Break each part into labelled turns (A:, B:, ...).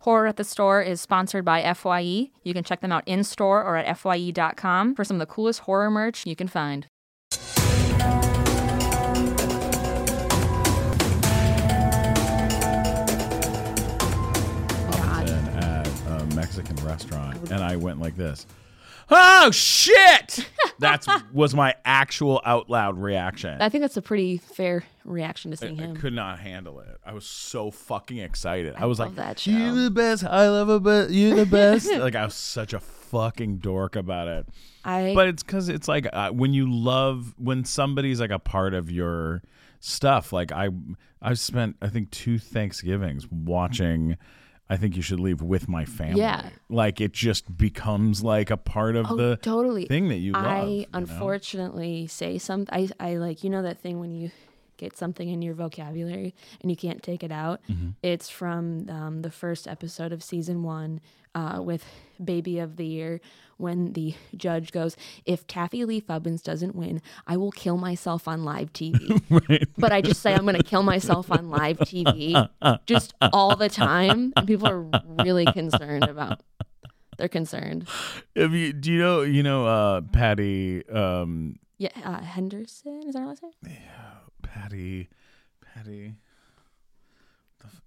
A: Horror at the Store is sponsored by FYE. You can check them out in store or at FYE.com for some of the coolest horror merch you can find.
B: was in at a Mexican restaurant, and I went like this. Oh shit! That was my actual out loud reaction.
C: I think that's a pretty fair reaction to seeing
B: I
C: him.
B: could not handle it. I was so fucking excited. I was
C: love
B: like,
C: that show.
B: "You the best. I love it, but you the best." like I was such a fucking dork about it.
C: I
B: But it's because it's like uh, when you love when somebody's like a part of your stuff. Like I, I've spent I think two Thanksgivings watching. I think you should leave with my family.
C: Yeah.
B: Like it just becomes like a part of
C: oh,
B: the
C: totally
B: thing that you love.
C: I
B: you know?
C: unfortunately say some. I I like you know that thing when you get something in your vocabulary and you can't take it out.
B: Mm-hmm.
C: It's from um, the first episode of season one uh, with Baby of the Year when the judge goes, "If Taffy Lee Fubbins doesn't win, I will kill myself on live TV." But I just say I'm going to kill myself on live TV just all the time, and people are really concerned about. They're concerned.
B: If you, do you know you know uh, Patty um,
C: Yeah, uh, Henderson is that her last name?
B: Patty, Patty. the f-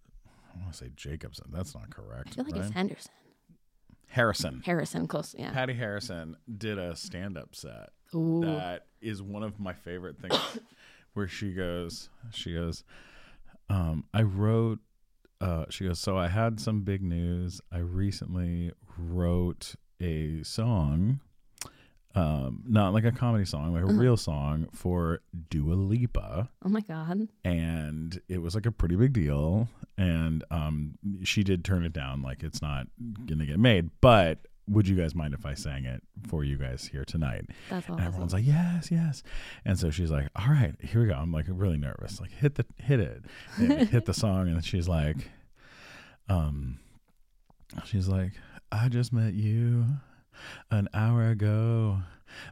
B: I want to say Jacobson. That's not correct.
C: I feel like
B: right?
C: it's Henderson.
B: Harrison.
C: Harrison, close. Yeah.
B: Patty Harrison did a stand-up set
C: Ooh.
B: that is one of my favorite things, where she goes, she goes, um, I wrote, uh, she goes, so I had some big news. I recently wrote a song, um, not like a comedy song, like a real song for Dua Lipa
C: oh my God.
B: and it was like a pretty big deal and um she did turn it down like it's not gonna get made but would you guys mind if i sang it for you guys here tonight
C: That's
B: and
C: awesome.
B: everyone's like yes yes and so she's like all right here we go i'm like really nervous like hit the hit it and I hit the song and she's like um she's like i just met you an hour ago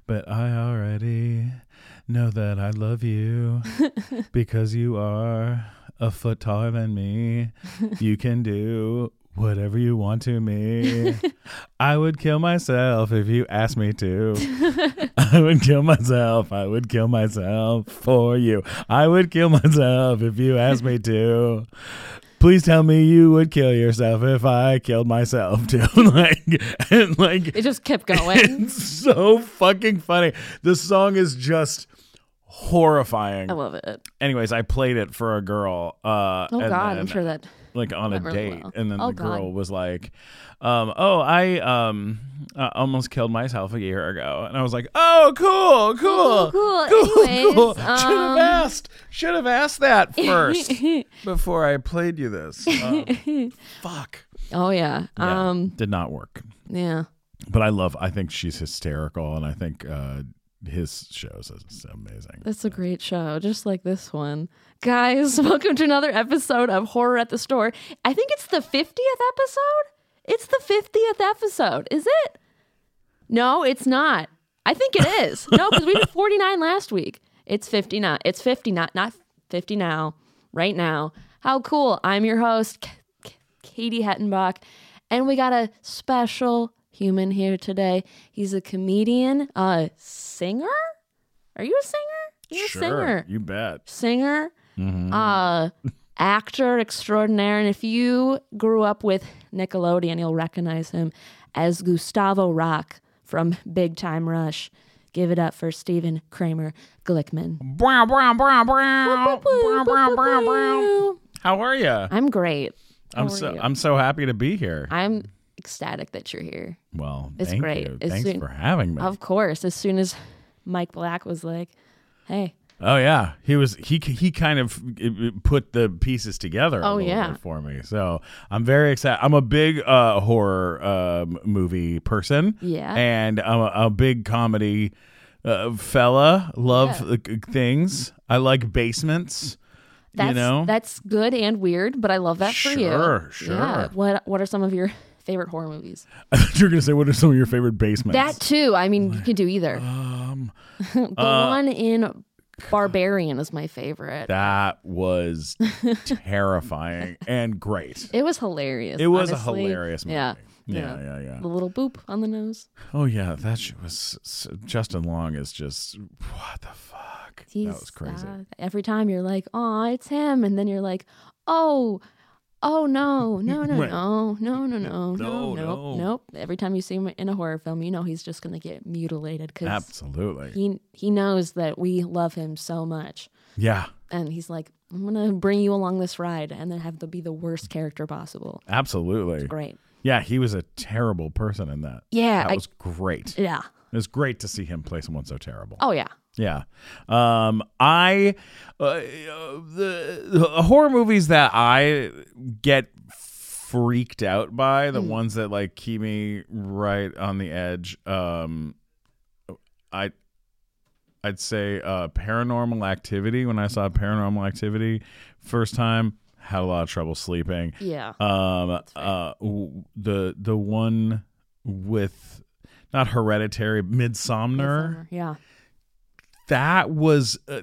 B: but i already know that i love you because you are a foot taller than me you can do whatever you want to me i would kill myself if you asked me to I would kill myself. I would kill myself for you. I would kill myself if you asked me to. Please tell me you would kill yourself if I killed myself too. like and like
C: it just kept going.
B: it's so fucking funny. The song is just horrifying.
C: I love it.
B: Anyways, I played it for a girl. Uh,
C: Oh
B: and
C: God,
B: then-
C: I'm sure that.
B: like on a
C: went really
B: date
C: well.
B: and then
C: Oh,
B: the girl
C: God.
B: was like um, oh i um uh, almost killed myself a year ago and i was like oh cool cool
C: Cool,
B: cool
C: cool, anyways,
B: should have
C: um,
B: asked should have asked that first before i played you this Um, fuck
C: Oh yeah.
B: Yeah,
C: Um.
B: did not work
C: Yeah.
B: but i love i think she's hysterical and i think uh his shows is amazing
C: That's a great show, just like this one. Guys, welcome to another episode of Horror at the Store. I think it's the 50th episode. It's the 50th episode, is it? No, it's not. I think it is. no, because we did 49 last week. It's 50 now. It's 50, not, not 50 now, right now. How cool. I'm your host, K- K- Katie Hettenbach, and we got a special human here today. He's a comedian, a singer. Are you a singer? You're
B: sure
C: a singer
B: you bet
C: singer, uh, actor extraordinaire. And if you grew up with Nickelodeon, you'll recognize him as Gustavo Rock from Big Time Rush. Give it up for Stephen Kramer Glickman.
B: brown brown brown brown brown brown brown brown how are you
C: I'm great.
B: I'm so I'm so happy to be here.
C: I'm ecstatic that you're here.
B: Well,
C: It's
B: thank
C: great.
B: you.
C: It's
B: Thanks
C: soon-
B: for having me.
C: Of course, as soon as Mike Black was like, "Hey,
B: oh yeah, he was he he kind of uh, put the pieces together. a
C: Oh,
B: little
C: yeah.
B: bit for me. So I'm very excited. I'm a big uh, horror uh, movie person.
C: Yeah.
B: and I'm a, a big comedy uh, fella. Love uh, g- things. I like basements.
C: that's
B: you know,
C: that's good and weird, but I love that for you."
B: Sure, sure.
C: Yeah. What What are some of your favorite horror movies?
B: you're gonna say what are some of your favorite basements?
C: That too. I mean, you could do either. Um, the one in Barbarian is my favorite.
B: uh, That was terrifying and great.
C: it was hilarious.
B: It was
C: honestly.
B: a hilarious movie.
C: Yeah.
B: Yeah, yeah, yeah.
C: The little boop on the nose.
B: Oh yeah, that shit was s- s- Justin Long is just what the fuck. that was
C: He's,
B: crazy.
C: uh, every time you're like, "Oh, it's him," and then you're like, "Oh, oh no, no, no,
B: Right.
C: no, no, no, no,
B: No, no.
C: no, nope, nope." Every time you see him in a horror film, you know he's just gonna get mutilated because
B: Absolutely.
C: he he knows that we love him so much,
B: yeah,
C: and he's like, "I'm gonna bring you along this ride," and then have to be the worst character possible.
B: absolutely.
C: Great.
B: Yeah, he was a terrible person in that.
C: Yeah.
B: That
C: I,
B: was great.
C: yeah.
B: It was great to see him play someone so terrible.
C: Oh yeah.
B: Yeah. Um I uh, uh, the, the horror movies that I get freaked out by, the ones that like keep me right on the edge, um I I'd say uh paranormal activity when I saw paranormal activity first time had a lot of trouble sleeping.
C: Yeah.
B: Um, uh, w- the the one with not hereditary, Midsomner.
C: Yeah.
B: That was uh,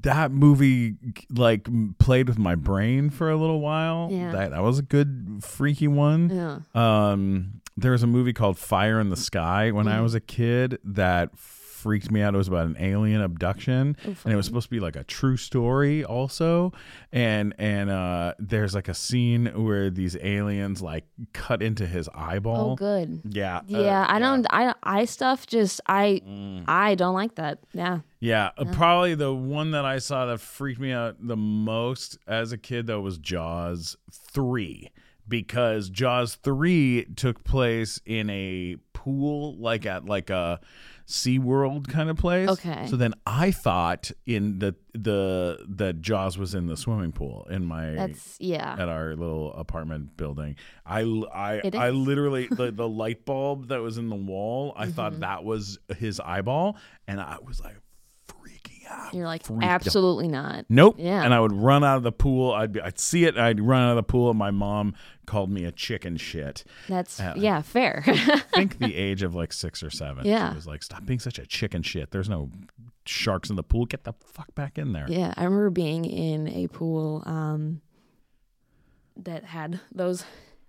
B: that movie like m- played with my brain for a little while.
C: Yeah.
B: That that was a good freaky one.
C: Yeah. Mm.
B: Um, there was a movie called Fire in the Sky when I was a kid that freaked me out. It was about an alien abduction,
C: Oh,
B: and it was supposed to be like a true story also. And and uh, there's like a scene where these aliens like cut into his eyeball.
C: Oh, good.
B: Yeah, Mm. uh,
C: Yeah, I don't. I I stuff just I I don't like that. Yeah,
B: Yeah, uh, probably the one that I saw that freaked me out the most as a kid though was Jaws 3 because Jaws 3 took place in a pool like at like a SeaWorld kind of place.
C: Okay.
B: So then I thought in the the that Jaws was in the swimming pool in my
C: that's yeah.
B: at our little apartment building. I I
C: It
B: I
C: is.
B: literally the, the light bulb that was in the wall. I
C: Mm-hmm.
B: thought that was his eyeball, and I was like freaking out.
C: You're like
B: freaked out.
C: absolutely not.
B: Nope.
C: Yeah.
B: And I would run out of the pool. I'd be, I'd see it. I'd run out of the pool, and my mom called me a chicken shit.
C: That's
B: Uh-uh.
C: yeah, fair.
B: I think the age of like six or seven.
C: Yeah.
B: She was like, "Stop being such a chicken shit. There's no sharks in the pool. Get the fuck back in there."
C: yeah, I remember being in a pool um that had those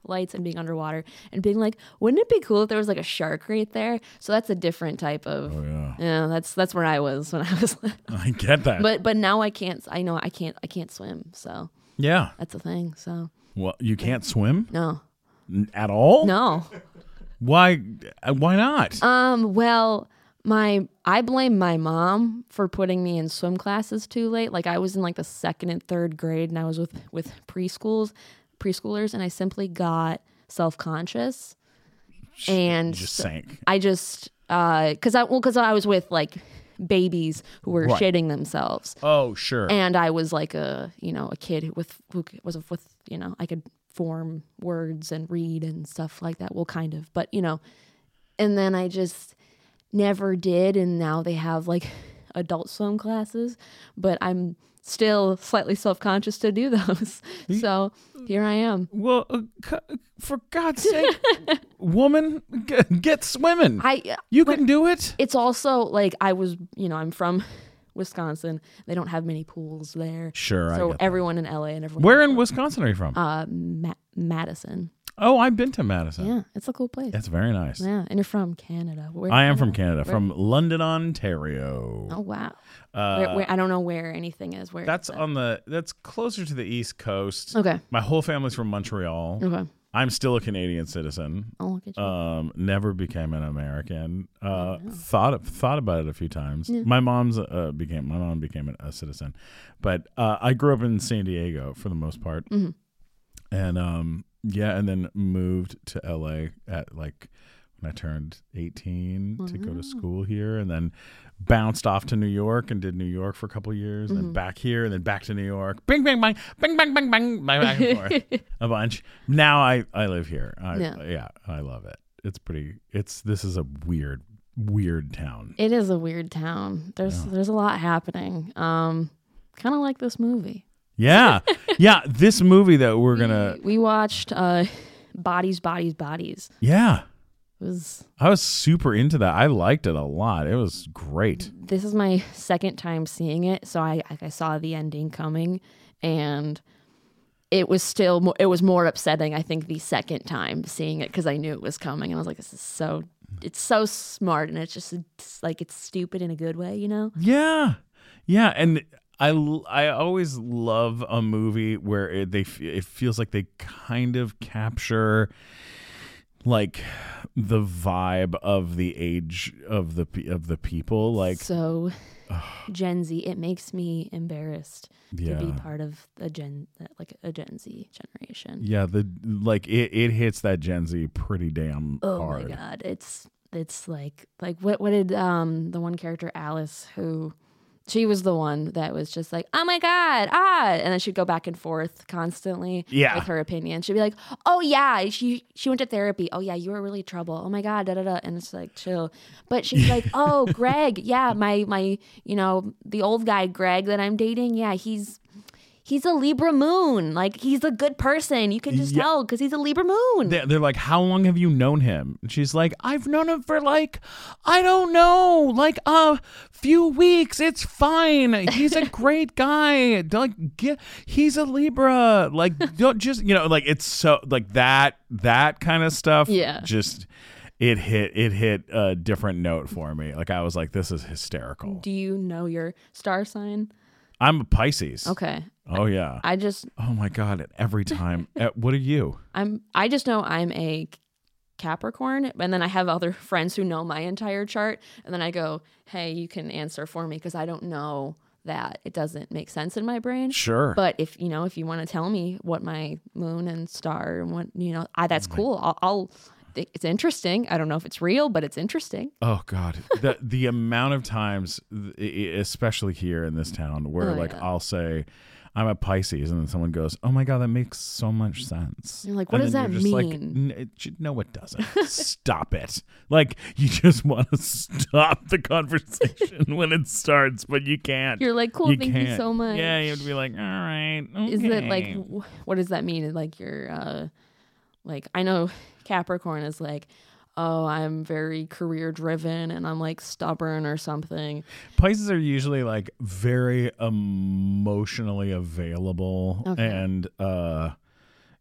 C: lights and being underwater and being like, wouldn't it be cool if there was like a shark right there? So that's a different type of.
B: Oh yeah.
C: Yeah, that's that's where I was when I was.
B: I get that.
C: but but now I can't. I know I can't. I can't swim. So
B: yeah.
C: that's a thing. So
B: Well, you can't swim
C: no,
B: N- at all.
C: no.
B: Why? uh, Why not?
C: Um, well, my I blame my mom for putting me in swim classes too late. Like I was in like the second and third grade and I was with with preschools, preschoolers and I simply got self-conscious. And
B: just
C: so-
B: sank.
C: I just uh cuz I well cuz I was with like babies who were
B: Right.
C: shitting themselves.
B: Oh sure.
C: And I was like a, you know, a kid who with who c- was with, you know, I could form words and read and stuff like that. Well, kind of, but you know, and then I just never did, and now they have like adult swim classes, but I'm still slightly self conscious to do those. so here I am.
B: well, uh, c- for God's sake, woman, g- get swimming.
C: I
B: you can do it.
C: it's also like I was, you know, I'm from Wisconsin. They don't have many pools there.
B: Sure. I
C: So
B: get that.
C: everyone in LA and everyone
B: Where in Wisconsin are you from?
C: uh, Ma- Madison.
B: oh, I've been to Madison.
C: Yeah, it's a cool place.
B: That's very nice.
C: Yeah, and you're from Canada. Where,
B: I am from Canada, from London, Ontario.
C: Oh wow.
B: Uh,
C: where, where, I don't know where anything is. Where
B: that's
C: is it?
B: on the that's closer to the East Coast.
C: okay. Mm.
B: My whole family's from Montreal.
C: Okay.
B: I'm still a Canadian citizen.
C: I'll look at you.
B: um never became an american uh thought thought about it a few times my mom's uh became my mom became a citizen but uh i grew up in san diego for the most part and um yeah and then moved to la at like when i turned 18 to go to school here and then bounced off to new york and did new york for a couple years and then back here and then back to new york bing bing bang bing bang bang bang bang back and forth a bunch now i i live here I, yeah.
C: Yeah.
B: i love it it's pretty it's this is a weird weird town
C: it is a weird town. There's there's a lot happening. Um, kind of like this movie.
B: yeah yeah this movie that we're gonna
C: we watched uh, Bodies, Bodies, Bodies.
B: yeah
C: It was
B: I was super into that. I liked it a lot. It was great.
C: this is my second time seeing it, so I I saw the ending coming, and it was still mo- it was more upsetting. I think the second time seeing it because I knew it was coming, and I was like, this is so it's so smart, and it's just it's like it's stupid in a good way, you know?
B: Yeah, yeah, and I l- I always love a movie where it, they f- it feels like they kind of capture like the vibe of the age of the pe- of the people. Like,
C: so Gen Z, it makes me embarrassed
B: yeah,
C: to be part of a Gen like a Gen Z generation.
B: yeah, the like it, it hits that Gen Z pretty damn
C: Oh
B: hard.
C: my god, it's it's like like what what did um the one character Alice who she was the one that was just like oh my god ah and then she'd go back and forth constantly
B: Yeah.
C: with her opinion. She'd be like oh yeah she she went to therapy oh yeah you were really trouble oh my god da da da and it's like chill but she's like oh Greg yeah my my you know the old guy Greg that I'm dating yeah he's he's a Libra moon like he's a good person you can just
B: Yeah.
C: tell because he's a Libra moon
B: They- They're like, how long have you known him? And she's like, I've known him for like, I don't know, like a few weeks. It's fine. He's a great guy. Like, get, he's a Libra. Like, don't just you know, like it's so like that that kind of stuff.
C: Yeah.
B: just it hit it hit a different note for me. Like I was like, this is hysterical.
C: Do you know your star sign?
B: I'm a Pisces.
C: Okay.
B: Oh yeah.
C: I just
B: Oh my god! And every time, Eh, what are you?
C: I'm I just know I'm a Capricorn and then I have other friends who know my entire chart and then I go, "Hey, you can answer for me because I don't know that. It doesn't make sense in my brain."
B: Sure.
C: But if, you know, if you want to tell me what my moon and star and what, you know, I that's cool. I'll, I'll it's interesting. I don't know if it's real, but it's interesting.
B: Oh God, the the amount of times, th- e- especially here in this town, where
C: Oh,
B: like
C: yeah.
B: I'll say, "I'm a Pisces," and then someone goes, "Oh my God, that makes so much sense."
C: You're like, "What
B: And
C: does
B: then you're
C: that
B: just like,
C: mean?"
B: "N- it j- no, it doesn't. stop it. Like you just want to stop the conversation when it starts, but you can't.
C: You're like, "Cool,
B: You
C: thank you
B: can't.
C: so much."
B: Yeah, you'd be like, "All right."
C: is it like
B: okay."
C: w- what does that mean like your uh like i know capricorn is like oh i'm very career driven and i'm like stubborn or something
B: Pisces are usually like very emotionally available
C: Okay.
B: and uh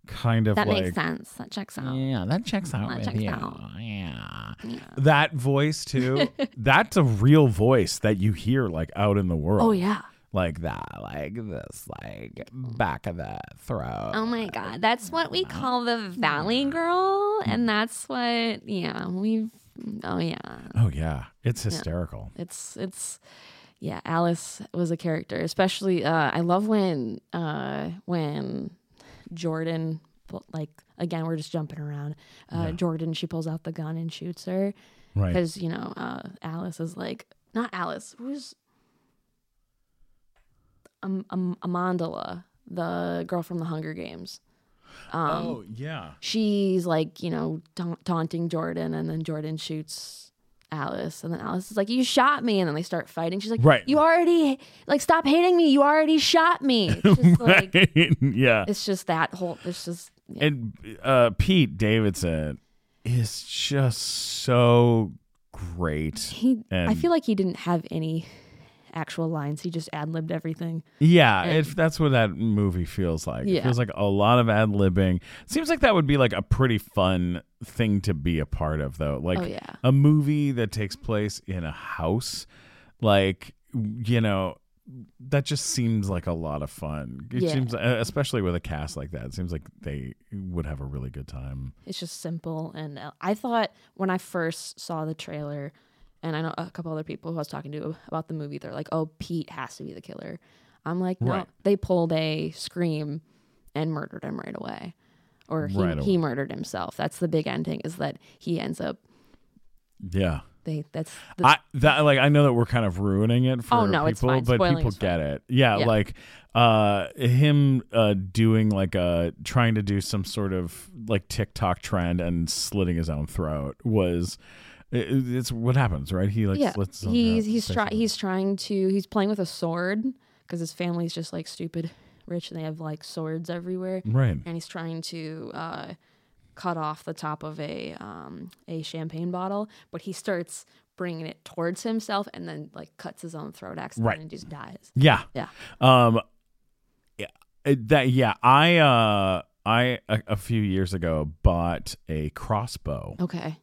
B: kind of
C: that
B: like
C: makes sense that checks out
B: Yeah, that checks out
C: That
B: with
C: checks
B: you.
C: out.
B: Yeah. That voice too. that's a real voice that you hear like out in the world.
C: oh yeah
B: Like that, like this, like back of the throat.
C: oh my god that's what we call the valley girl and that's what yeah we've oh yeah
B: oh yeah. It's hysterical.
C: it's it's yeah alice was a character especially uh i love when uh when jordan pull- like again we're just jumping around uh jordan she pulls out the gun and shoots her
B: Right.
C: because you know uh alice is like not alice who's um, um amandala the girl from the hunger games um,
B: Oh yeah.
C: she's like you know ta- taunting jordan and then jordan shoots alice and then alice is like you shot me and then they start fighting she's like
B: Right.
C: you already like stop hating me you already shot me it's just like
B: yeah.
C: it's just that whole it's just yeah.
B: And uh Pete Davidson is just so great.
C: he i
B: and-
C: feel like he didn't have any actual lines he just ad-libbed everything
B: Yeah, if that's what that movie feels like. It
C: Yeah.
B: feels like a lot of ad libbing. Seems like that would be like a pretty fun thing to be a part of, though. Like
C: Oh, yeah.
B: a movie that takes place in a house, like you know, that just seems like a lot of fun. It
C: Yeah.
B: seems, e-, especially with a cast like that, it seems like they would have a really good time.
C: It's just simple. And uh, I thought when I first saw the trailer, and I know a couple other people who I was talking to about the movie, they're like, oh, Pete has to be the killer. I'm like, no.
B: Right.
C: They pulled a scream and murdered him right away. Or he,
B: Right away.
C: he murdered himself. That's the big ending is that he ends up.
B: Yeah.
C: They that's the,
B: I that like I know that we're kind of ruining it for
C: Oh, no,
B: people,
C: it's fine.
B: but
C: Spoiling
B: people
C: is fine.
B: get it. Yeah,
C: Yeah.
B: like uh him uh doing like a trying to do some sort of like TikTok trend and slitting his own throat was it, it's what happens, right? He like
C: yeah.
B: slits his own throat,
C: He's he's trying
B: basically.
C: he's trying to he's playing with a sword because his family's just like stupid rich and they have like swords everywhere.
B: right.
C: and he's trying to uh, cut off the top of a um, a champagne bottle, but he starts bringing it towards himself and then like cuts his own throat accident
B: Right.
C: and just dies.
B: Yeah.
C: Yeah.
B: Um. Yeah. it- That. Yeah. I. Uh. I a, a few years ago bought a crossbow,
C: Okay.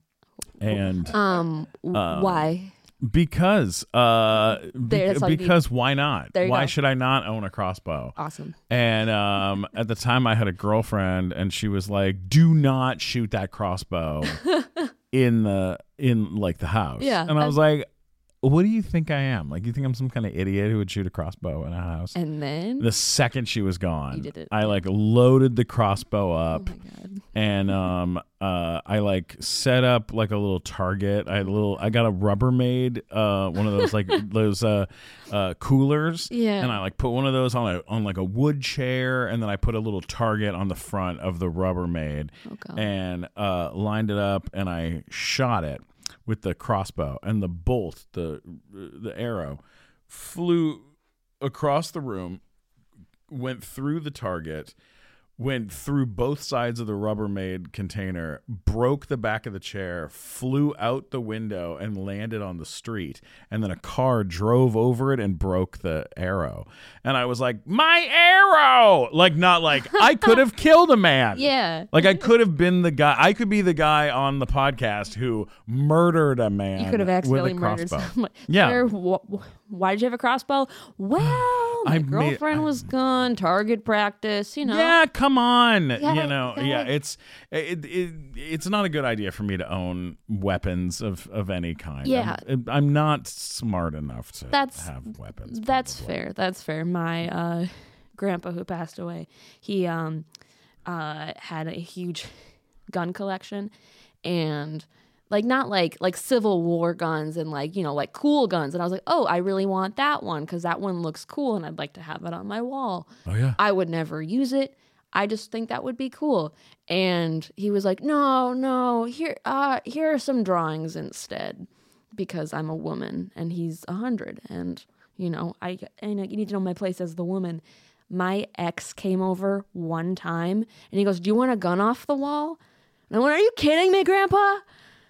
B: and
C: Um. w-
B: Um,
C: why?
B: because uh, be-
C: There, that's all you need.
B: because why not?
C: There you
B: Why
C: go.
B: should I not own a crossbow?
C: Awesome.
B: And um, at the time, I had a girlfriend, and she was like, "Do not shoot that crossbow in the in like the house."
C: Yeah,
B: and I was like, "What do you think I am? Like, you think I'm some kind of idiot who would shoot a crossbow in a house?"
C: And then.
B: the second she was gone,
C: You did it.
B: I like loaded the crossbow
C: oh
B: up,
C: my god.
B: and um, uh, I like set up like a little target. I had a little, I got a Rubbermaid, uh, one of those like those uh, uh, coolers,
C: Yeah.
B: and I like put one of those on a on like a wood chair, and then I put a little target on the front of the Rubbermaid,
C: Oh god.
B: and uh, lined it up, and I shot it with the crossbow, and the bolt, the the arrow, flew across the room, went through the target, went through both sides of the Rubbermaid container, broke the back of the chair, flew out the window, and landed on the street. And then a car drove over it and broke the arrow. And I was like, "My arrow!" Like not like I could have killed a man.
C: yeah.
B: Like I could have been the guy. I could be the guy on the podcast who murdered a man.
C: You could have
B: accidentally
C: accidentally murdered someone.
B: Yeah.
C: Sir, wh- why did you have a crossbow? Well, my
B: I made-
C: girlfriend
B: I-
C: was gone. Target practice, you know.
B: Yeah, come on.
C: Yeah,
B: you know,
C: yeah.
B: yeah, it's it, it it's not a good idea for me to own weapons of of any kind.
C: Yeah.
B: I'm, I'm not smart enough to
C: That's-
B: have weapons.
C: That's fair. That's fair. My uh, grandpa who passed away, he um, uh, had a huge gun collection, and like not like like Civil War guns and like you know like cool guns. And I was like, oh, I really want that one because that one looks cool, and I'd like to have it on my wall.
B: Oh yeah.
C: I would never use it. I just think that would be cool. And he was like, "No, no. Here uh here are some drawings instead because I'm a woman and he's a 100 and you know, I I know you need to know my place as the woman. My ex came over one time and he goes, "Do you want a gun off the wall?" And I went, "Are you kidding me, grandpa?"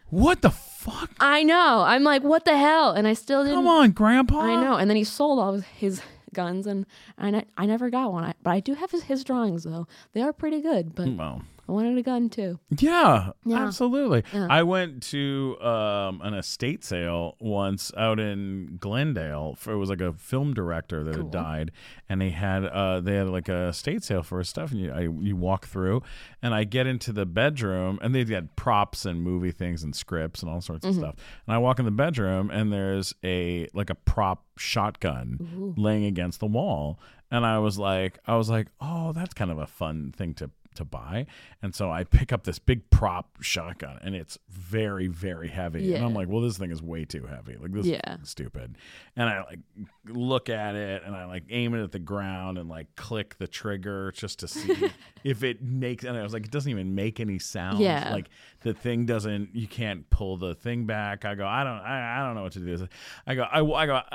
B: What the fuck?
C: I know. I'm like, "What the hell?" And I still didn't
B: Come on, grandpa.
C: I know. And then he sold all of his guns, and I, ne- I never got one. I, but I do have his, his drawings, though. They are pretty good, but
B: Well,
C: I wanted a gun, too.
B: Yeah,
C: Yeah.
B: absolutely.
C: Yeah.
B: I went to um, an estate sale once out in Glendale. For, it was like a film director that had died, and they had uh, they had like a estate sale for his stuff. And you I, you walk through, and I get into the bedroom, and they had props and movie things and scripts and all sorts
C: Mm-hmm.
B: of stuff. And I walk in the bedroom, and there's a like a prop shotgun laying against the wall, and I was like, I was like, oh, that's kind of a fun thing to to buy. And so I pick up this big prop shotgun and it's very, very heavy. And I'm
C: Yeah.
B: like, well, this thing is way too heavy. Like this
C: Yeah.
B: is stupid. And I like look at it and I like aim it at the ground and like click the trigger just to see if it makes and I was like, it doesn't even make any sound.
C: Yeah.
B: Like the thing doesn't you can't pull the thing back. I go, I don't I, I don't know what to do. I go, I, I go, uh,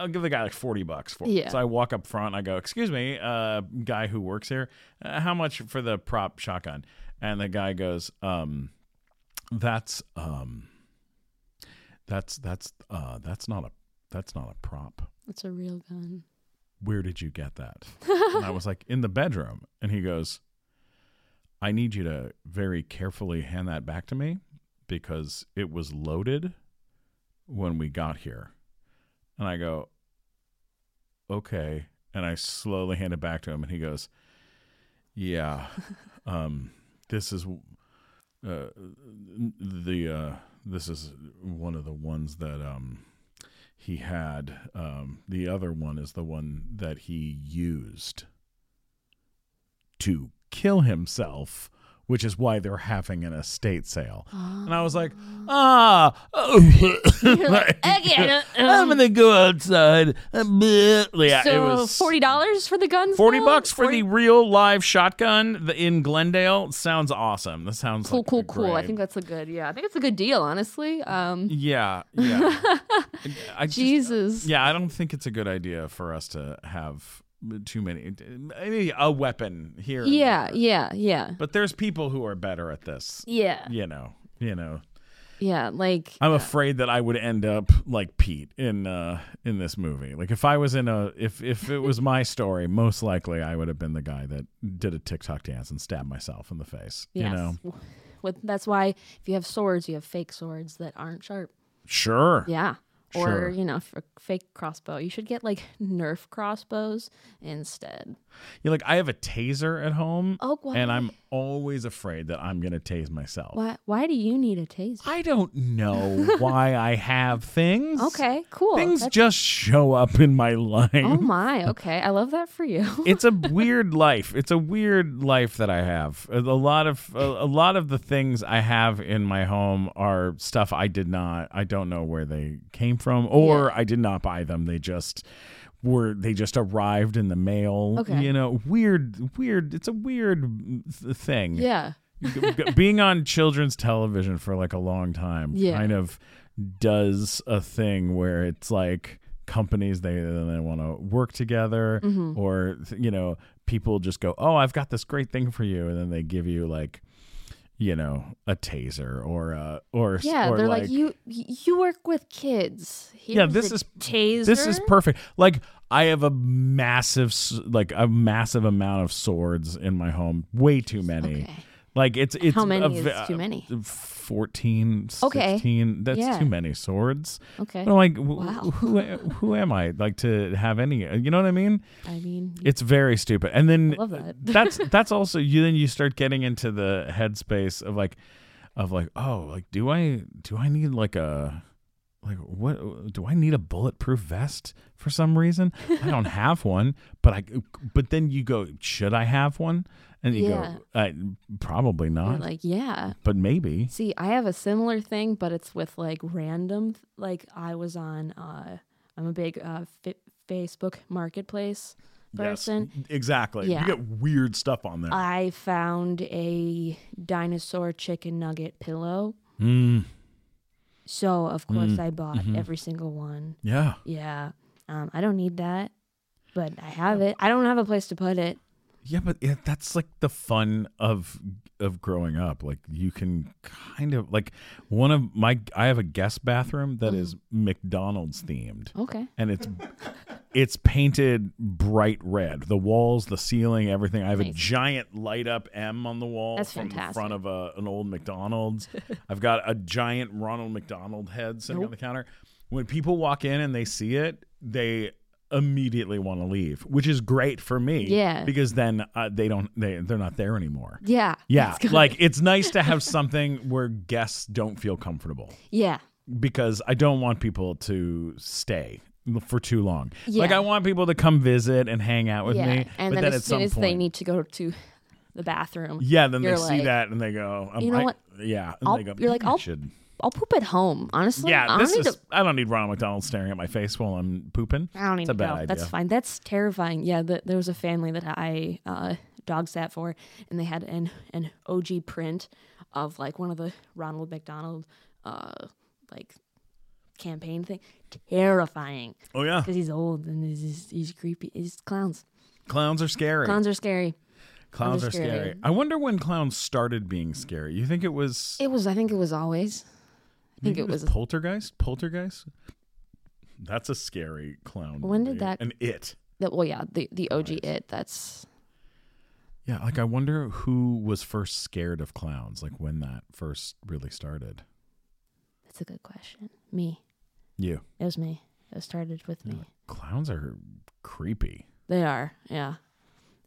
B: I'll give the guy like 40 bucks for it.
C: Yeah.
B: So I walk up front and I go, "Excuse me, uh, guy who works here, uh, how much for the prop shotgun?" And the guy goes, um, "That's um, that's that's uh, that's not a that's not a prop.
C: It's a real gun.
B: Where did you get that?" and I was like, "In the bedroom." And he goes, "I need you to very carefully hand that back to me because it was loaded when we got here." And I go, okay. And I slowly hand it back to him, and he goes, yeah, um, this is uh, the uh, this is one of the ones that um, he had. Um, the other one is the one that he used to kill himself. Which is why they're having an estate sale, and I was like, "Ah,
C: You're like, "Again, uh, um."
B: I'm gonna go outside. Yeah,
C: so
B: it was
C: forty dollars for the guns.
B: 40
C: now?
B: bucks for the real live shotgun th- in Glendale. Sounds awesome. That sounds
C: cool,
B: like
C: cool,
B: a
C: cool. I
B: great-
C: think that's a good. Yeah, I think it's a good deal, honestly. Um,
B: yeah, yeah. I just-
C: Jesus.
B: yeah, I don't think it's a good idea for us to have too many. Maybe a weapon here. and
C: Yeah,
B: there.
C: yeah, yeah.
B: But there's people who are better at this.
C: Yeah.
B: You know. You know.
C: Yeah, like
B: I'm afraid that I would end up like Pete in uh in this movie. Like if I was in a if if it was my story, most likely I would have been the guy that did a TikTok dance and stabbed myself in the face. You
C: yes.
B: know.
C: With, that's why if you have swords, you have fake swords that aren't sharp.
B: Sure.
C: Yeah. Or,
B: Sure.
C: you know, f- fake crossbow. You should get like Nerf crossbows instead.
B: You're like I have a taser at home
C: Oh, why?
B: and I'm always afraid that I'm going to tase myself.
C: Why why do you need a taser?
B: I don't know why I have things.
C: Okay, cool.
B: Things
C: That's-
B: just show up in my life.
C: oh my, okay. I love that for you.
B: it's a weird life. It's a weird life that I have. A a lot of a, a lot of the things I have in my home are stuff I did not. I don't know where they came from, or I did not buy them. They just were. They just arrived in the mail.
C: Okay.
B: You know, weird, weird. It's a weird mm, th- thing.
C: yeah.
B: Being on children's television for like a long time
C: Yeah.
B: kind of does a thing where it's like companies they they want to work together
C: Mm-hmm.
B: or you know people just go oh I've got this great thing for you and then they give you like you know a taser or a or
C: Yeah,
B: or
C: they're like, you you work with kids. Here's
B: Yeah, this
C: a
B: is-
C: taser.
B: this is perfect. Like I have a massive, s- like a massive amount of swords in my home. Way too many.
C: Okay.
B: Like it's it's
C: How many
B: a
C: is
B: v- uh,
C: too many?
B: 14,
C: Okay.
B: 16. That's
C: Yeah.
B: too many swords.
C: Okay.
B: But I'm like, w-
C: Wow.
B: who who am I? Like to have any? uh, You know what I mean?
C: I mean,
B: It's very stupid. And then
C: love that.
B: that's that's also you. Then you start getting into the headspace of like, of like, oh, like do I do I need like a like what do I need a bulletproof vest for some reason? I don't have one, but I but then you go, should I have one? And you
C: Yeah.
B: go, I, probably
C: you're
B: not,
C: like, yeah.
B: but maybe.
C: See, I have a similar thing, but it's with like random. th- Like I was on, uh, I'm a big uh, fa- Facebook Marketplace person.
B: exactly.
C: You Yeah. Uh, get
B: weird stuff on there.
C: I found a dinosaur chicken nugget pillow,
B: Mm,
C: so of course
B: Mm-hmm.
C: I bought every single one.
B: yeah.
C: Yeah, um, I don't need that, but I have it. I don't have a place to put it.
B: Yeah, but yeah, that's like the fun of of growing up. Like you can kind of like one of my I have a guest bathroom
C: Uh-huh.
B: that is McDonald's themed.
C: Okay.
B: And it's it's painted bright red. The walls, the ceiling, everything. I have a
C: Nice.
B: giant light up M on the wall
C: That's
B: from the
C: fantastic.
B: front of a, an old McDonald's. I've got a giant Ronald McDonald head sitting on the counter. When people walk in and they see it, they immediately want to leave, which is great for me.
C: Yeah.
B: Because then uh, they don't they they're not there anymore.
C: Yeah.
B: Yeah. Like it's nice to have something where guests don't feel comfortable
C: Yeah.
B: because I don't want people to stay for too long. Like
C: Yeah.
B: I want people to come visit and hang out with
C: yeah.
B: me.
C: And
B: but
C: then,
B: then
C: as
B: at
C: soon
B: some
C: as
B: point,
C: they need to go to the bathroom,
B: yeah, then they
C: you're
B: see
C: like,
B: that and they go, um,
C: "You know
B: I-
C: what?
B: Yeah, and
C: I'll-
B: they go,
C: you're like,
B: "Maybe I
C: I'll-
B: should.
C: I'll poop at home. Honestly,
B: Yeah,
C: I
B: this
C: don't need
B: is.
C: to.
B: I don't need Ronald McDonald staring at my face while I'm pooping.
C: I don't need
B: it's
C: to
B: a bad
C: go.
B: idea.
C: That's fine. That's terrifying. Yeah, th there was a family that I uh, dog sat for, and they had an an OG print of like one of the Ronald McDonald uh, like campaign thing. Terrifying
B: Oh yeah,
C: because he's old and he's, he's, he's creepy. He's clowns.
B: clowns are scary.
C: Clowns are scary.
B: Clowns
C: are
B: are scary.
C: scary.
B: I wonder when clowns started being scary. You think it was?
C: It was. I think it was always. I think
B: maybe
C: it was.
B: poltergeist. Poltergeist. That's a scary clown.
C: When did
B: movie.
C: that-
B: And it.
C: that, well, yeah, the the OG it. That's
B: Yeah, like I wonder who was first scared of clowns, like when that first really started.
C: that's a good question. Me.
B: You.
C: It was me. It started with me.
B: Clowns are creepy.
C: They are, yeah.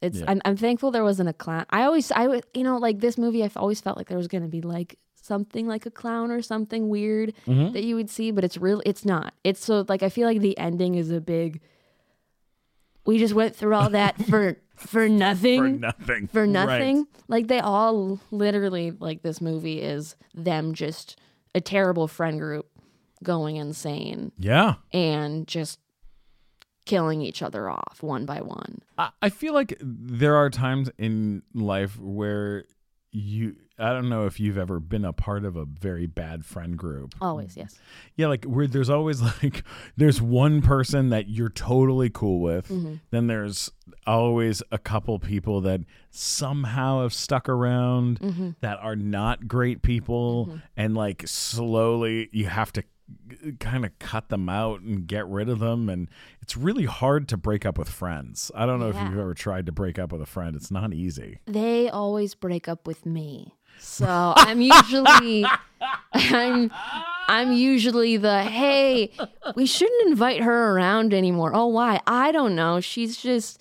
C: It's
B: Yeah.
C: I'm, I'm thankful there wasn't a clown. I always I would you know like this movie I've always felt like there was gonna be like something like a clown or something weird
B: Mm-hmm.
C: that you would see, but it's real. It's not. It's so like I feel like the ending is a big. We just went through all that for for nothing.
B: For nothing.
C: Mm-hmm. for nothing. Like they all literally like this movie is them just a terrible friend group going insane
B: Yeah.
C: and just killing each other off one by one.
B: I, I feel like there are times in life where you I don't know if you've ever been a part of a very bad friend group.
C: Always, yes.
B: Yeah, like where there's always like there's one person that you're totally cool with.
C: Mm-hmm.
B: Then there's always a couple people that somehow have stuck around
C: Mm-hmm.
B: that are not great people and like slowly you have to kind of cut them out and get rid of them and it's really hard to break up with friends. I don't know
C: Yeah.
B: if you've ever tried to break up with a friend. It's not easy.
C: They always break up with me. So I'm usually I'm I'm usually the hey, we shouldn't invite her around anymore. Oh why? I don't know. She's just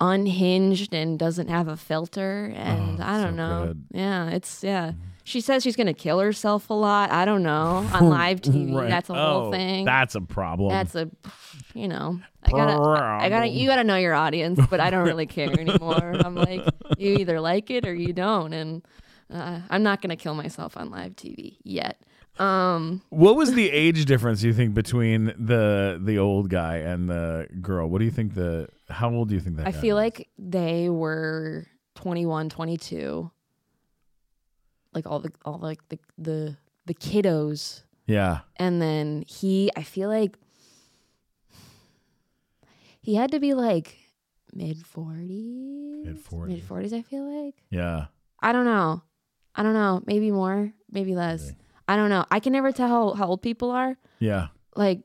C: unhinged and doesn't have a filter and I don't
B: Oh, so
C: know.
B: good.
C: Yeah, it's yeah. She says she's gonna kill herself a lot. I don't know. On live TV.
B: Right.
C: That's a
B: Oh,
C: whole thing.
B: That's a problem.
C: That's a, you know, I gotta, I gotta, you gotta know your audience, but I don't really care anymore. I'm like, you either like it or you don't, and uh, I'm not gonna kill myself on live TV yet. Um,
B: what was the age difference you think between the the old guy and the girl? What do you think the how old do you think that
C: I
B: guy
C: feel
B: was?
C: like they were 21, 22, like all the, all like the the the kiddos,
B: Yeah.
C: and then he, I feel like he had to be like mid 40s,
B: Mid-forties.
C: mid 40s. I feel like.
B: Yeah.
C: I don't know. I don't know. Maybe more, maybe less. I don't know. I can never tell how, how old people are.
B: Yeah.
C: Like,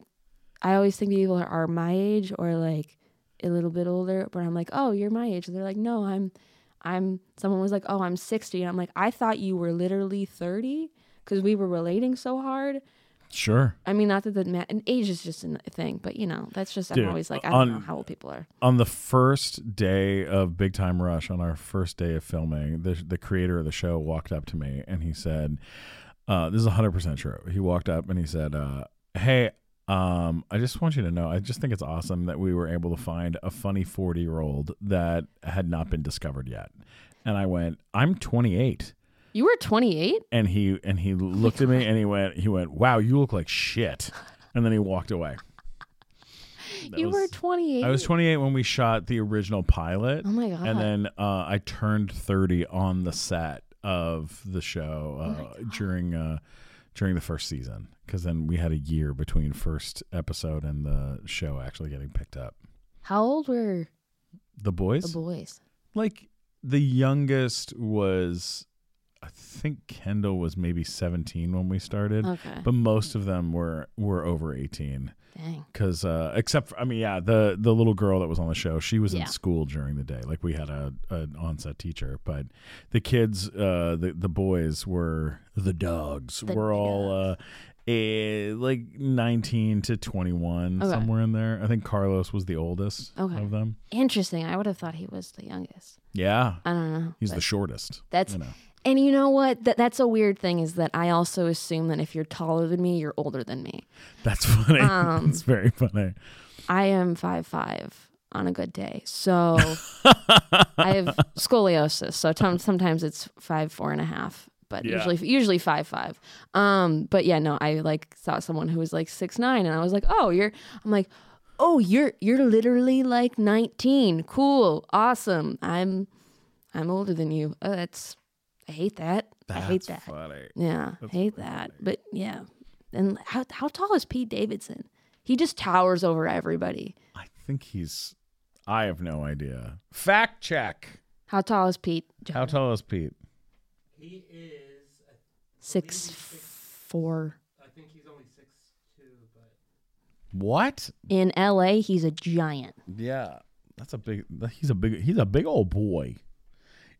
C: I always think people are, are my age or like a little bit older, but I'm like, oh, you're my age. And they're like, no, I'm, I'm, someone was like, oh, I'm 60. And I'm like, I thought you were literally 30 because we were relating so hard.
B: Sure.
C: I mean, not that the ma- and age is just a thing, but you know, that's just,
B: Dude,
C: I'm always like, I don't know
B: on-
C: how old people are.
B: On the first day of Big Time Rush, on our first day of filming, the the creator of the show walked up to me and he said, uh, this is 100% true. He walked up and he said, uh, "Hey, um, I just want you to know, I just think it's awesome that we were able to find a funny 40 year old that had not been discovered yet. And I went, I'm 28.
C: You were 28?
B: And he and he looked at me and he went, he went, wow, you look like shit. And then he walked away. That
C: you
B: was-
C: were 28.
B: I was 28 when we shot the original pilot.
C: Oh my God.
B: And then uh, I turned 30 on the set of the
C: Oh
B: show uh, during uh, during the first season because then we had a year between first episode and the show actually getting picked up.
C: how old were
B: The boys,
C: the boys?
B: like the youngest was, I think Kendall was maybe 17 when we started,
C: Okay.
B: but most of them were were over 18.
C: Dang.
B: because uh, except for, I mean, yeah, the the little girl that was on the show, she was
C: Yeah.
B: in school during the day. Like we had a an onset teacher, but the kids, uh, the the boys were the dogs.
C: The
B: were all uh, eh, like nineteen to twenty one,
C: Okay.
B: somewhere in there. I think Carlos was the oldest
C: Okay.
B: of them.
C: Interesting. I would have thought he was the youngest.
B: Yeah,
C: I don't know.
B: he's
C: but
B: the shortest.
C: that's
B: You know,
C: and you know what? That that's a weird thing is that I also assume that if you're taller than me, you're older than me.
B: that's funny.
C: Um,
B: it's very funny.
C: I am five five on a good day, so I have scoliosis. So tom- sometimes it's five four and a half, but
B: Yeah.
C: usually usually five five. Um, but yeah, no, I like saw someone who was like six nine, and I was like, oh, you're. I'm like, oh, you're you're literally like nineteen. Cool, awesome. I'm I'm older than you. Oh, that's I hate that. I hate that.
B: That's funny.
C: Yeah, hate that. But yeah, and how how tall is Pete Davidson? He just towers over everybody.
B: I think he's. I have no idea. Fact check.
C: How tall is Pete?
B: How tall is Pete?
C: Six four.
B: What?
C: In L.A., he's a giant.
B: Yeah, that's a big. He's a big. He's a big old boy.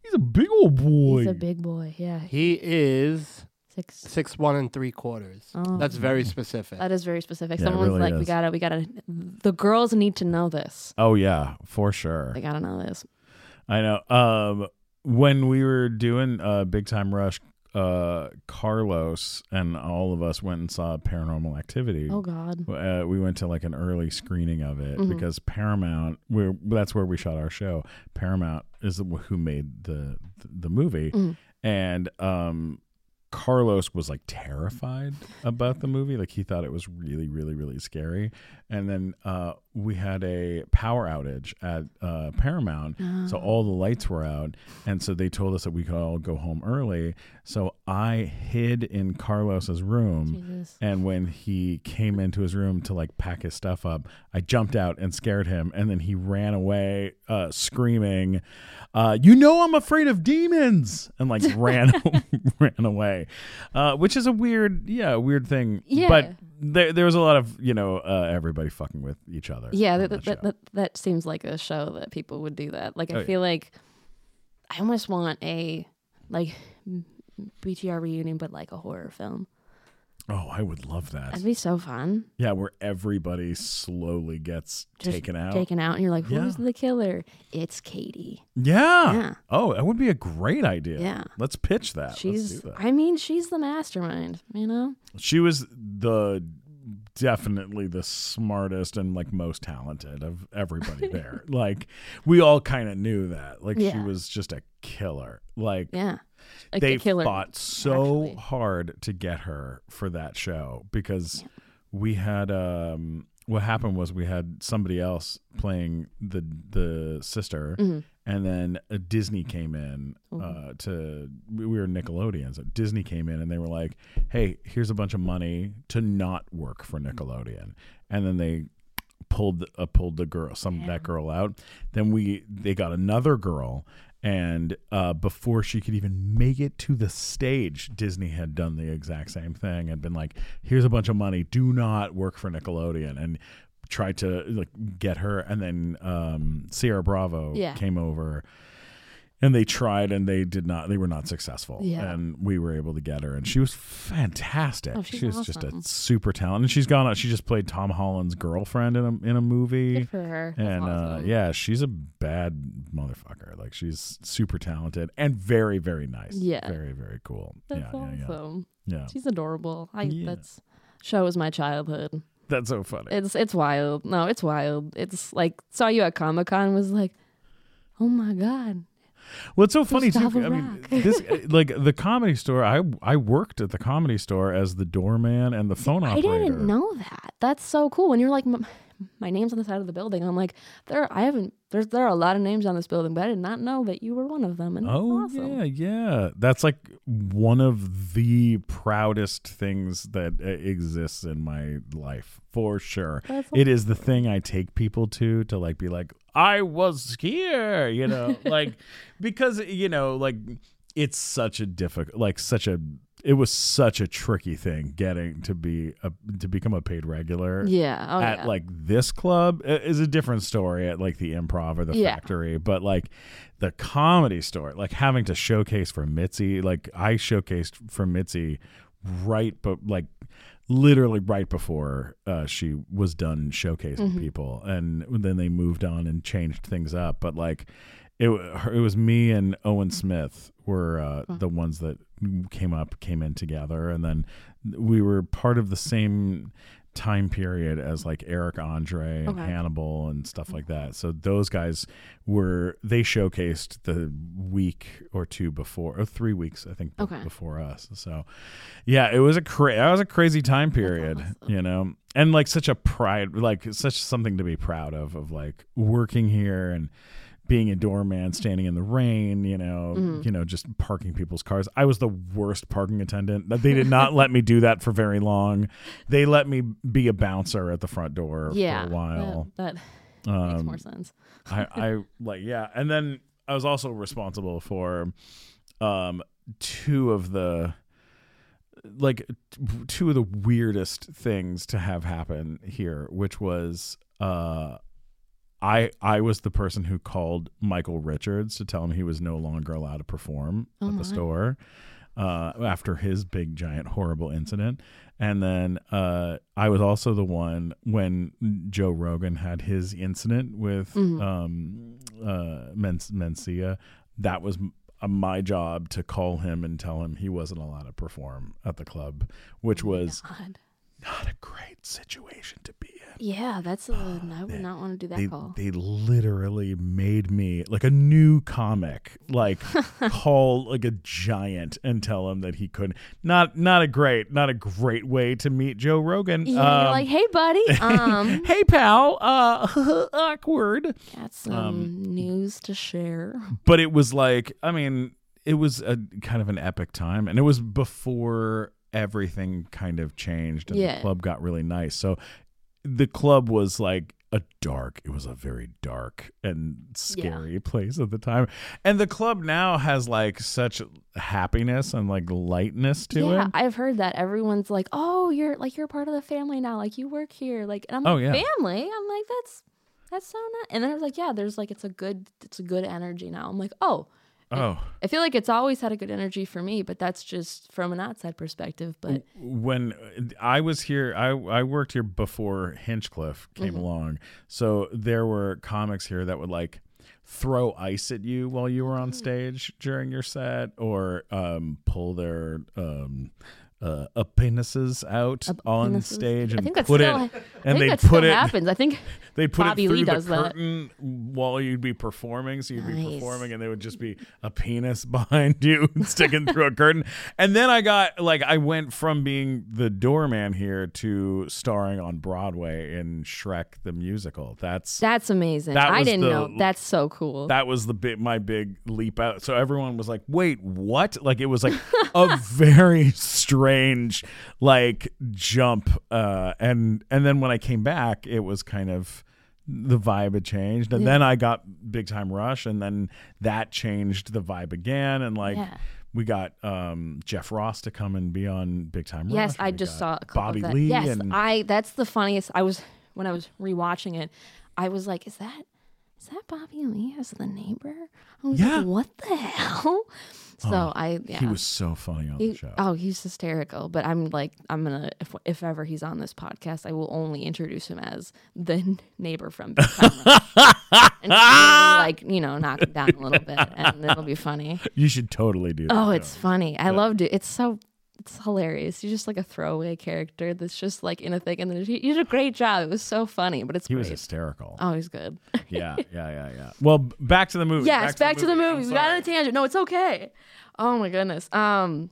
B: He's a big old boy.
C: He's a big boy. Yeah,
D: He is
C: six.
D: six one and three quarters.
C: Oh.
D: That's very specific.
C: That is very specific.
B: Yeah, it
C: Someone's
B: really
C: like, we
B: is.
C: gotta, we gotta. The girls need to know this.
B: oh yeah, for sure.
C: They gotta know this.
B: I know. Um, when we were doing uh, Big Time Rush, uh, Carlos and all of us went and saw Paranormal Activity.
C: Oh God.
B: uh, we went to like an early screening of it because Paramount, where that's where we shot our show. Paramount is the, who made the the movie, and um, Carlos was like terrified about the movie. Like he thought it was really, really, really scary. And then uh, we had a power outage at uh, Paramount. So all the lights were out. And so they told us that we could all go home early. So I hid in Carlos's room.
C: Jesus.
B: And when he came into his room to like pack his stuff up, I jumped out and scared him. And then he ran away uh, screaming, uh, You know, I'm afraid of demons. And like ran, ran away, uh, which is a weird, yeah, a weird thing.
C: Yeah.
B: But there, there was a lot of, you know, uh, everybody fucking with each other.
C: Yeah,
B: on
C: that
B: that
C: that,
B: show.
C: that, that that seems like a show that people would do that. Like
B: Oh,
C: I
B: yeah.
C: feel like I almost want a like m- BTR reunion, but like a horror film.
B: oh, I would love that.
C: That'd be so fun.
B: Yeah, where everybody slowly gets
C: Just
B: taken out.
C: Taken out, and you're like, "Who's
B: Yeah.
C: the killer? It's Katie."
B: yeah.
C: Yeah.
B: Oh, that would be a great idea.
C: Yeah.
B: Let's pitch that. Uh, Let's
C: she's.
B: do that.
C: I mean, she's the mastermind. You know.
B: She was the definitely the smartest and like most talented of everybody there. like we all kind of knew that. Like she
C: Yeah.
B: was just a killer. Like
C: Yeah. Like
B: they
C: the killer.
B: fought so
C: actually.
B: hard to get her for that show because we had um what happened was we had somebody else playing the the sister
C: Mm-hmm.
B: and then uh, Disney came in uh to we we were Nickelodeon so Disney came in and they were like hey here's a bunch of money to not work for Nickelodeon and then they pulled uh, pulled the girl some that girl out then we they got another girl and uh, before she could even make it to the stage disney had done the exact same thing and been like here's a bunch of money do not work for nickelodeon and tried to like get her and then um, sierra bravo
C: Yeah.
B: came over and they tried and they did not they were not successful
C: Yeah.
B: and we were able to get her and she was fantastic
C: Oh, she's
B: she was just a
C: awesome.
B: super talent and she's gone out she just played tom holland's girlfriend in a, in a movie
C: Good for her.
B: and uh,
C: awesome.
B: yeah, she's a bad motherfucker. Like she's super talented and very, very nice.
C: Yeah.
B: very, very cool.
C: That's
B: yeah, yeah, yeah,
C: awesome.
B: yeah.
C: She's adorable. I
B: Yeah.
C: that's show was my childhood.
B: That's so funny.
C: It's it's wild. No, it's wild. It's like saw you at Comic Con was like, oh my god.
B: Well, it's so funny too.
C: Gustavo
B: I mean,
C: Rock.
B: this uh, like the comedy store. I I worked at the comedy store as the doorman and the phone operator.
C: I didn't know that. That's so cool. When you're like, "M- my name's on the side of the building. I'm like, there. I haven't. There's there are a lot of names on this building, but I did not know that you were one of them. And that's
B: Oh
C: awesome.
B: yeah, yeah. That's like one of the proudest things that uh, exists in my life for sure.
C: That's
B: It is the thing I take people to to like be like I was here, you know, like because you know like it's such a difficult like such a it was such a tricky thing getting to be a, to become a paid regular
C: Yeah. Oh
B: at
C: yeah.
B: like this club i- is a different story at like the improv or the
C: Yeah.
B: factory but like the comedy store like having to showcase for mitzi like i showcased for mitzi right but like literally right before uh, she was done showcasing
C: Mm-hmm.
B: people and then they moved on and changed things up but like it, wa- her- it was me and Owen Smith were uh, the ones that came up came in together and then we were part of the same time period as like Eric Andre and
C: Okay.
B: Hannibal and stuff like that. So those guys were they showcased the week or two before or 3 weeks I think be-
C: Okay.
B: before us. So yeah, it was a cra- that was a crazy time period, you know. And like such a pride like such something to be proud of of like working here and being a doorman standing in the rain you know you know just parking people's cars i was the worst parking attendant they did not let me do that for very long they let me be a bouncer at the front door
C: yeah.
B: for a while Um,
C: That, that makes more sense.
B: I, I like yeah and then i was also responsible for um two of the like t- two of the weirdest things to have happen here which was uh I, I was the person who called Michael Richards to tell him he was no longer allowed to perform at the store uh, after his big giant horrible incident. And then uh, I was also the one when Joe Rogan had his incident with
C: Mm-hmm.
B: um, uh, Men- Mencia. That was m- uh, my job to call him and tell him he wasn't allowed to perform at the club, which was
C: God.
B: not a great situation to be in.
C: Yeah, that's a. I would not want to do that
B: Oh, They,
C: call.
B: they literally made me like a new comic, like call like a giant and tell him that he could not not a great not a great way to meet Joe Rogan.
C: yeah, you're
B: Um,
C: like, hey, buddy. Um,
B: hey pal, uh, awkward.
C: got some
B: Um,
C: news to share.
B: but it was like i mean it was a kind of an epic time and it was before everything kind of changed and
C: Yeah.
B: the club got really nice so the club was like a dark it was a very dark and scary place at the time and the club now has like such happiness and like lightness to
C: yeah,
B: it
C: I've heard that everyone's like, "Oh, you're like you're part of the family now. Like you work here." Like, and I'm
B: Oh,
C: like,
B: yeah.
C: "Family." I'm like, "That's that's so nice." And then I was like, "Yeah, there's like it's a good it's a good energy now." I'm like, "Oh,
B: oh
C: I feel like it's always had a good energy for me, but that's just from an outside perspective." But
B: when uh, I was here, I I worked here before Hinchcliffe came
C: Mm-hmm.
B: along. So there were comics here that would like throw ice at you while you were on
C: Mm-hmm.
B: stage during your set, or um, pull their um, uh, up penises out on
C: penises?
B: stage and
C: I think that's
B: put
C: still
B: it,
C: I
B: and
C: think
B: they
C: that
B: put
C: still
B: it.
C: happens. I think
B: They put
C: Bobby
B: it through
C: Lee
B: the
C: does that.
B: curtain while you'd be performing, so you'd be
C: Nice.
B: performing, and there would just be a penis behind you sticking through a curtain. And then I got like I went from being the doorman here to starring on Broadway in Shrek the Musical. That's
C: that's amazing.
B: That
C: I
B: was
C: didn't
B: the-
C: know. That's so cool.
B: that was the bit my big leap out. So everyone was like, "Wait, what?" Like it was like a very strange like jump. Uh, and and then when I came back, it was kind of the vibe had changed, and then I got big time rush, and then that changed the vibe again, and like.
C: Yeah.
B: We got um, Jeff Ross to come and be on Big Time
C: Yes,
B: Rush.
C: I
B: We
C: just saw
B: got
C: a clip
B: Oh, Bobby
C: of that.
B: Lee
C: yes,
B: and
C: I. That's the funniest. I was when I was rewatching it. I was like, "Is that is that Bobby Lee as the neighbor?" I was
B: Yeah. Oh,
C: like, "What the hell?" So I yeah.
B: he was so funny on
C: He-
B: the show.
C: oh, he's hysterical. But I'm like, I'm gonna if if ever he's on this podcast, I will only introduce him as the n- neighbor from Big Time Rush. and really, like you know, knock him down a little bit, and it'll be funny.
B: you should totally do that.
C: Oh, it's funny. I loved it. It's so it's hilarious. He's just like a throwaway character that's just like in a thing, and then he, he did a great job. It was so funny, but it's
B: he
C: great.
B: was hysterical.
C: oh, he's good.
B: yeah, yeah, yeah, yeah. Well, b- back to the movie.
C: yes, back, to the
B: I'm
C: movie. We got
B: sorry.
C: on a tangent. No, it's okay. Oh my goodness. Um,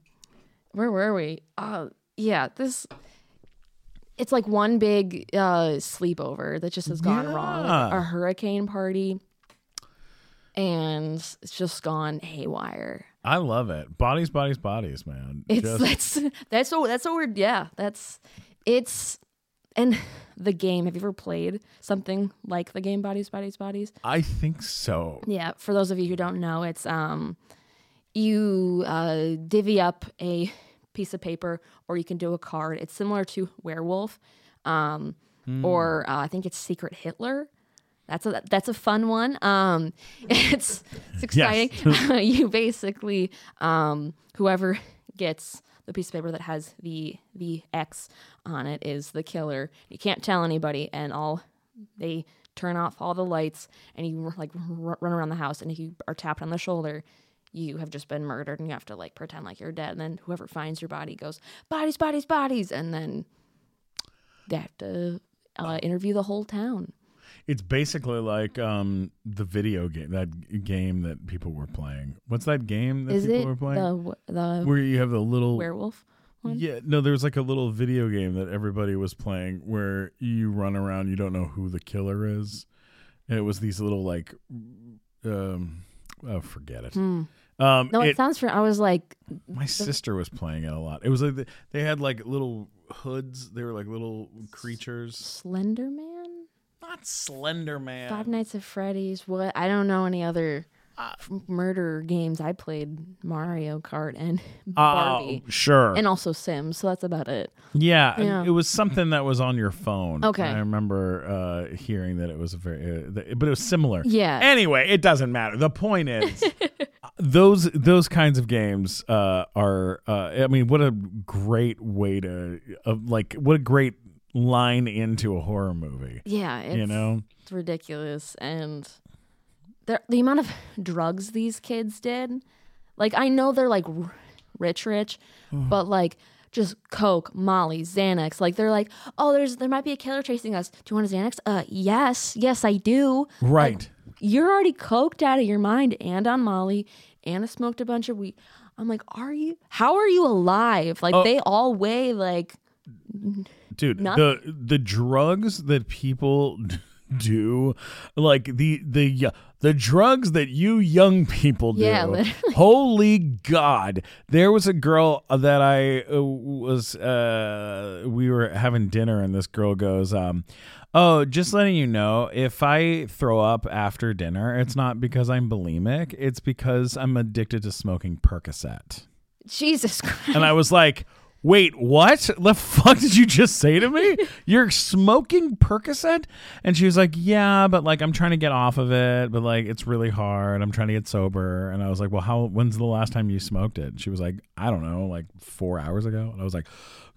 C: where were we? Uh, yeah, this. It's like one big uh sleepover that just has gone wrong.
B: Yeah.
C: A hurricane party, and it's just gone haywire.
B: I love it. Bodies, bodies, bodies, man.
C: It's
B: Just-
C: that's that's what that's what we're yeah that's it's and the game. Have you ever played something like the game Bodies Bodies Bodies?
B: I think so.
C: Yeah. For those of you who don't know, it's um you uh, divvy up a piece of paper or you can do a card. It's similar to Werewolf, um, or uh, I think it's Secret Hitler. That's a that's a fun one. Um, it's it's exciting. you basically um, whoever gets the piece of paper that has the the X on it is the killer. You can't tell anybody, and all they turn off all the lights, and you like r- run around the house, and if you are tapped on the shoulder, you have just been murdered, and you have to like pretend like you're dead. And then whoever finds your body goes bodies, bodies, bodies, and then they have to uh, interview the whole town.
B: It's basically like um the video game that g- game that people were playing. What's that game that
C: Is
B: people
C: it
B: were playing?
C: the the
B: Where you have the little
C: werewolf? one?
B: yeah no there was like a little video game that everybody was playing where you run around you don't know who the killer is and it was these little like um oh forget it um
C: Hmm. No, it,
B: it-
C: sounds for. I was like,
B: My sister was playing it a lot. It was like th- they had like little hoods. They were like little creatures.
C: Slender Man,
B: Not Slender Man.
C: Five Nights at Freddy's. What? I don't know any other
B: Uh,
C: f- murder games. I played Mario Kart and
B: Oh,
C: Barbie,
B: Uh, sure.
C: and also Sims. So that's about it.
B: yeah,
C: Yeah.
B: it was something that was on your phone.
C: Okay.
B: I remember uh, hearing that it was a very, uh, th- but it was similar.
C: Yeah.
B: Anyway, it doesn't matter. The point is, those those kinds of games uh, are. Uh, I mean, what a great way to uh, like. What a great line into a horror movie.
C: yeah, it's,
B: you know.
C: it's ridiculous, and the the amount of drugs
B: Mm-hmm.
C: these kids did. Like, I know they're like r- rich, rich, but like just coke, Molly, Xanax. Like they're like, oh, there's there might be a killer chasing us. Do you want a Xanax? Uh, yes, yes, I do.
B: Right.
C: You're already coked out of your mind and on Molly. Anna smoked a bunch of weed. I'm like, are you? How are you alive?
B: Oh.
C: Like they all weigh like
B: dude
C: Not-
B: the the drugs that people do like the the y- the drugs that you young people do
C: Yeah, literally.
B: holy god there was a girl that i uh, was uh we were having dinner and this girl goes um oh just letting you know if i throw up after dinner it's not because i'm bulimic it's because i'm addicted to smoking percocet
C: Jesus Christ.
B: and I was like, "Wait, what? The fuck did you just say to me? You're smoking Percocet?" And she was like, "Yeah, but like I'm trying to get off of it, but like it's really hard. I'm trying to get sober." And I was like, "Well, how? When's the last time you smoked it?" And she was like, "I don't know, like four hours ago." And I was like,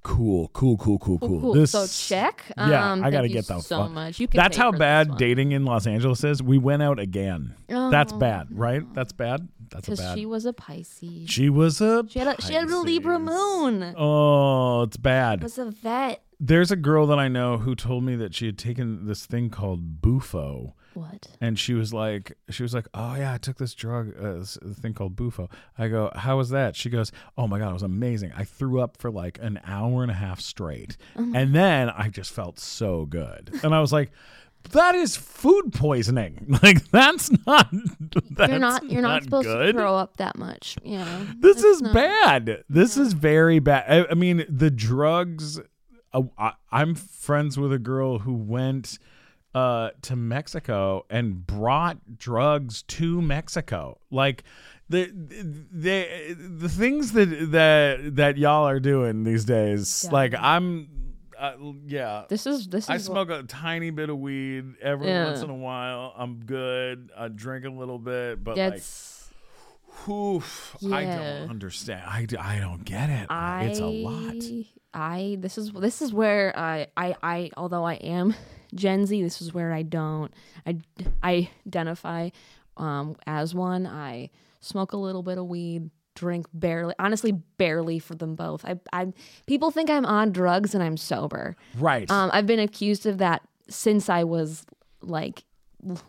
B: "Cool, cool, cool, cool, cool."
C: Oh, Cool.
B: This-
C: so check.
B: Yeah,
C: um,
B: I gotta
C: thank you
B: get that
C: so
B: fu-
C: much. You can
B: That's
C: pay
B: how
C: for
B: bad
C: this
B: dating in Los Angeles is. We went out again.
C: one.
B: That's bad, right? That's bad. That's a
C: Oh. Because
B: bad.
C: she was a Pisces.
B: She was a.
C: She had a, she had a Libra
B: Pisces.
C: moon.
B: Oh, it's bad.
C: Was a vet.
B: there's a girl that I know who told me that she had taken this thing called Bufo,
C: What?
B: and she was like, she was like, oh yeah, I took this drug, uh, this thing called Bufo. I go, how was that? She goes, oh my god, it was amazing. I threw up for like an hour and a half straight,
C: Oh
B: and then I just felt so good, and I was like. That is food poisoning. Like that's not. That's
C: you're not you're not, supposed to
B: good.
C: throw up that much. You know.
B: This
C: That's
B: is
C: not-
B: bad. This is very bad. I, I mean, the drugs. Uh, I, I'm friends with a girl who went uh, to Mexico and brought drugs to Mexico. Like the the the things that that that y'all are doing these days. Like I'm, uh, yeah.
C: This is this is
B: I
C: what-
B: smoke a tiny bit of weed every
C: Yeah.
B: once in a while. I'm good. I drink a little bit, but like
C: That's
B: Oof, I
C: Yeah.
B: don't understand. I, d- I don't get it.
C: I.
B: it's a lot.
C: I this is this is where I I I although I am Gen Z, this is where I don't I I identify um as one. I smoke a little bit of weed drink barely honestly barely for them both i i people think i'm on drugs and i'm sober
B: Right.
C: Um, I've been accused of that since I was like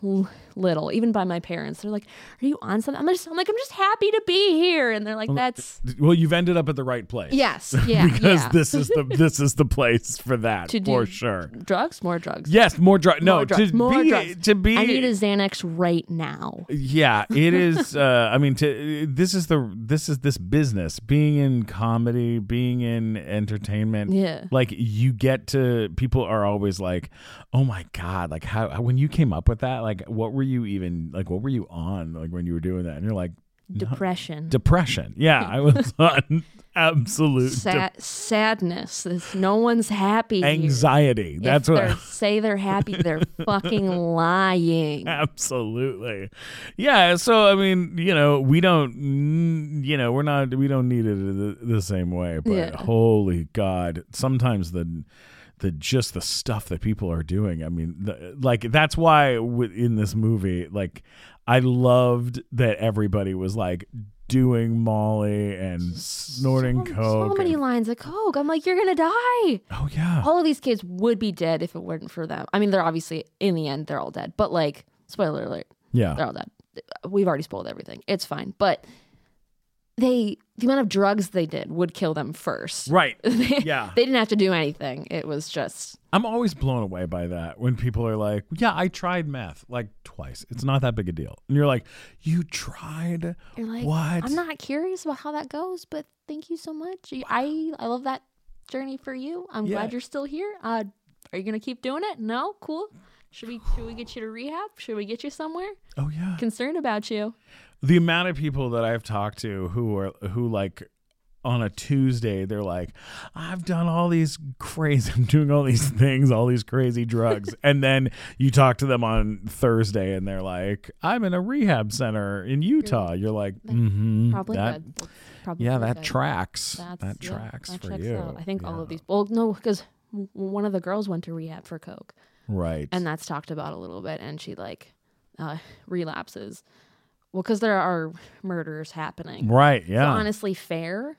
C: l- little, even by my parents. They're like, "Are you on something?" I'm just, I'm like, I'm just happy to be here, and they're like, "That's
B: well, you've ended up at the right place.
C: yes, yeah,
B: Because
C: yeah."
B: this is the this is the place for that
C: To do-
B: for sure.
C: drugs, more drugs,
B: Yes, more drugs. No,
C: more drugs,
B: to
C: more
B: be
C: drugs.
B: to be.
C: I need a Xanax right now.
B: yeah, it is. Uh, I mean, to, this is the this is this business. Being in comedy, being in entertainment.
C: Yeah.
B: like you get to people are always like oh my god like how how- when you came up with that like what were you even like what were you on like when you were doing that and you're like
C: Depression,
B: depression yeah i was on absolute de-
C: Sad, sadness. This, no one's happy. here.
B: anxiety
C: If
B: that's what
C: they
B: I,
C: say they're happy. They're fucking lying.
B: absolutely yeah so i mean you know we don't mm, you know we're not we don't need it the, the same way but
C: Yeah.
B: holy god sometimes the the just the stuff that people are doing i mean the, like that's why w- in this movie like i loved that everybody was like doing molly and snorting
C: So
B: coke
C: many
B: and-
C: lines of coke. I'm like, you're gonna die.
B: oh yeah
C: all of these kids would be dead if it weren't for them. I mean, they're obviously in the end they're all dead, but like spoiler alert,
B: yeah
C: they're all dead. We've already spoiled everything. It's fine, but they the amount of drugs they did would kill them first.
B: right
C: They-
B: yeah
C: they didn't have to do anything. It was just
B: I'm always blown away by that when people are like, "Yeah, I tried meth like twice. It's not that big a deal." And you're like, "You tried?
C: you're like
B: what?
C: I'm not curious about how that goes, but thank you so much. You- I I love that journey for you. I'm
B: Yeah.
C: glad you're still here. Uh, are you gonna keep doing it? No, cool. Should we should we get you to rehab? Should we get you somewhere?
B: oh yeah."
C: Concerned about you.
B: The amount of people that I've talked to who are who like on a Tuesday, they're like, "I've done all these crazy, I'm doing all these things, all these crazy drugs," and then you talk to them on Thursday, and they're like, "I'm in a rehab center in Utah." You're like, "Mm-hmm,
C: Probably
B: that,
C: good. That's Probably
B: Yeah, that
C: good.
B: tracks.
C: That's-
B: that
C: yeah,
B: tracks
C: that
B: for
C: checks
B: you.
C: out. I think all of
B: Yeah.
C: these. Well, no, because one of the girls went to rehab for coke,
B: right
C: and that's talked about a little bit, and she like uh, relapses. Well, because there are murders happening.
B: Right. Yeah.
C: So honestly, fair.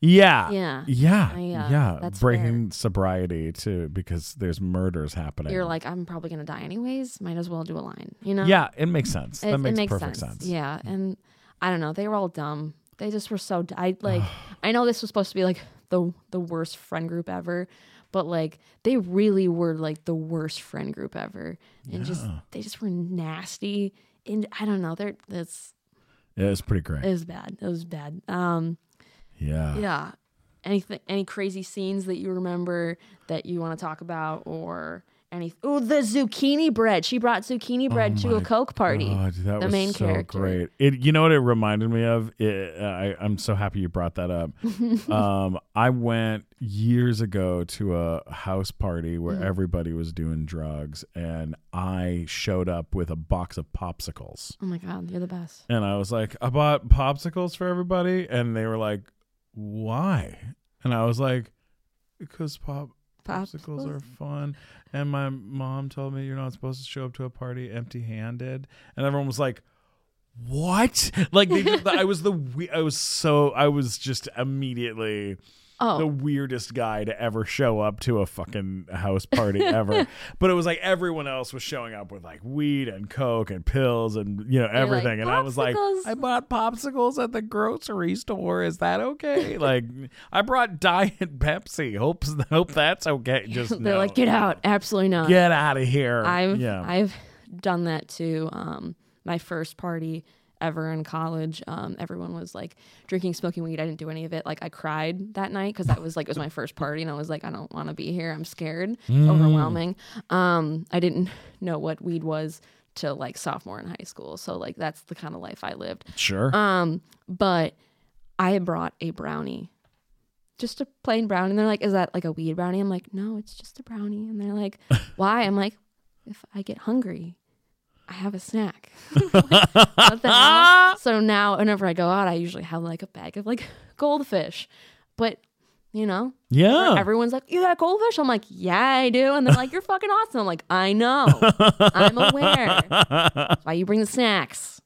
B: yeah.
C: Yeah.
B: Yeah.
C: I, uh,
B: yeah.
C: that's
B: Breaking sobriety too because there's murders happening.
C: You're like, I'm probably gonna die anyways. Might as well do a line. You know.
B: Yeah, it makes sense.
C: It,
B: that
C: it
B: makes,
C: makes
B: perfect sense. Mm.
C: sense. Yeah, and I don't know. They were all dumb. They just were so. d- I like. I know this was supposed to be like the the worst friend group ever, but like they really were like the worst friend group ever, and just they just were nasty. And I don't know. They're that's
B: Yeah, it's pretty great.
C: it was bad. It was bad. Um.
B: yeah.
C: Yeah. Anything? Any crazy scenes that you remember that you want to talk about, or any? Oh, the zucchini bread. She brought zucchini bread to a
B: Oh my
C: Coke party.
B: God, Oh, that
C: the
B: was
C: main
B: so
C: character.
B: great. It, you know what it reminded me of? It, I, I'm so happy you brought that up. um, I went years ago to a house party where
C: Mm-hmm.
B: everybody was doing drugs, and I showed up with a box of popsicles.
C: Oh my god, you're the best.
B: And I was like, I bought popsicles for everybody. And they were like, why? And I was like, because pop. Popsicles are fun. And my mom told me you're not supposed to show up to a party empty handed. And everyone was like, what? Like, they just, I was the, we- I was so, I was just immediately
C: Oh,
B: the weirdest guy to ever show up to a fucking house party ever. but it was like everyone else was showing up with like weed and coke and pills and you know everything. and I was like,
C: "Popsicles."
B: I bought popsicles at the grocery store. Is that okay? like I brought diet Pepsi. Hope hope that's okay. Just
C: they're
B: no.
C: like, get out. Absolutely not.
B: get out of here.
C: I've
B: yeah.
C: I've done that to um, my first party ever in college. Um, everyone was like drinking, smoking weed. I didn't do any of it. Like I cried that night because that was like it was my first party, and I was like, I don't want to be here. I'm scared. It's
B: Mm.
C: overwhelming. Um, I didn't know what weed was till like sophomore in high school. So like that's the kind of life I lived.
B: sure.
C: Um, but I had brought a brownie, just a plain brownie. And they're like, "Is that like a weed brownie?" I'm like, "No, it's just a brownie." And they're like, "Why?" I'm like, "If I get hungry, I have a snack." What the hell? So now, whenever I go out, I usually have like a bag of like goldfish, but. You know,
B: yeah.
C: everyone's like, "You got goldfish?" I'm like, "Yeah, I do," and they're like, "You're fucking awesome." I'm like, "I know, I'm aware." That's why you bring the snacks.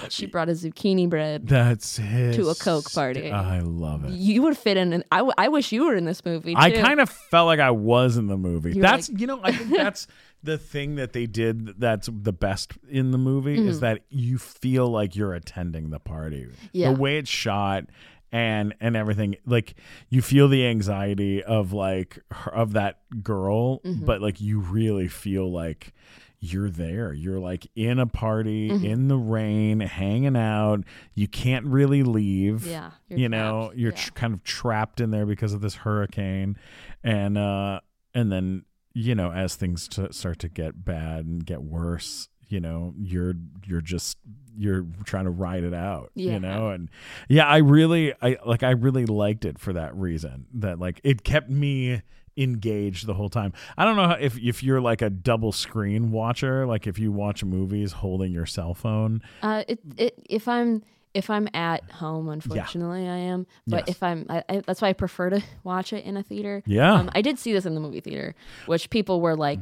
C: But she brought a zucchini bread.
B: that's his
C: To a Coke party.
B: I love it.
C: You would fit in. And I, w- I wish you were in this movie. Too.
B: I kind of felt like I was in the movie.
C: were
B: that's you know I think that's the thing that they did that's the best in the movie
C: Mm-hmm.
B: is that you feel like you're attending the party.
C: Yeah.
B: The way it's shot and and everything like you feel the anxiety of like her, of that girl
C: Mm-hmm.
B: but like you really feel like you're there. You're like in a party
C: Mm-hmm.
B: in the rain hanging out. You can't really leave
C: Yeah, you're
B: you know
C: trapped.
B: you're
C: Yeah.
B: tr- kind of trapped in there because of this hurricane and uh and then you know as things t- start to get bad and get worse you know you're you're just you're trying to ride it out
C: Yeah.
B: you know and yeah i really i like i really liked it for that reason that like it kept me engaged the whole time i don't know how- if if you're like a double screen watcher like if you watch movies holding your cell phone
C: Uh, it, it, if I'm if I'm at home, unfortunately, I am. But
B: Yes.
C: if I'm, I, I, that's why I prefer to watch it in a theater.
B: Yeah.
C: Um, I did see this in the movie theater, which people were like,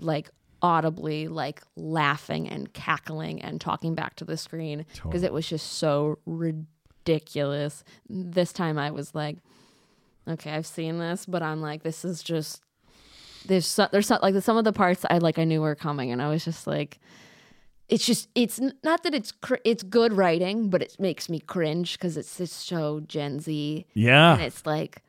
C: like audibly like laughing and cackling and talking back to the screen because it was just so ridiculous. This time I was like, okay, I've seen this, but I'm like, this is just there's so, there's so, like some of the parts I like I knew were coming, and I was just like, it's just it's n- not that it's cr- it's good writing, but it makes me cringe because it's just so Gen Z,
B: yeah
C: and it's like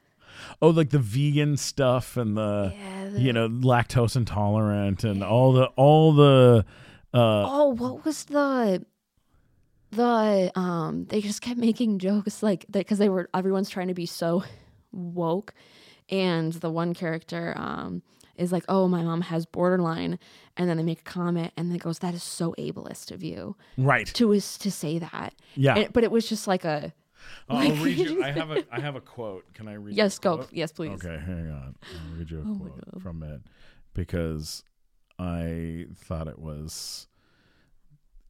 B: oh like the vegan stuff and the
C: Yeah,
B: you know lactose intolerant and all the all the uh
C: oh, what was the the um they just kept making jokes like because they were everyone's trying to be so woke and the one character um is like oh my mom has borderline and then they make a comment and then it goes that is so ableist of you
B: right
C: to is to say that.
B: Yeah.
C: And- but it was just like a
B: i'll read you i have a i have a quote can i read
C: yes,
B: you a
C: go, yes, please. Oh
B: okay hang on i'll read you a quote from it because i thought it was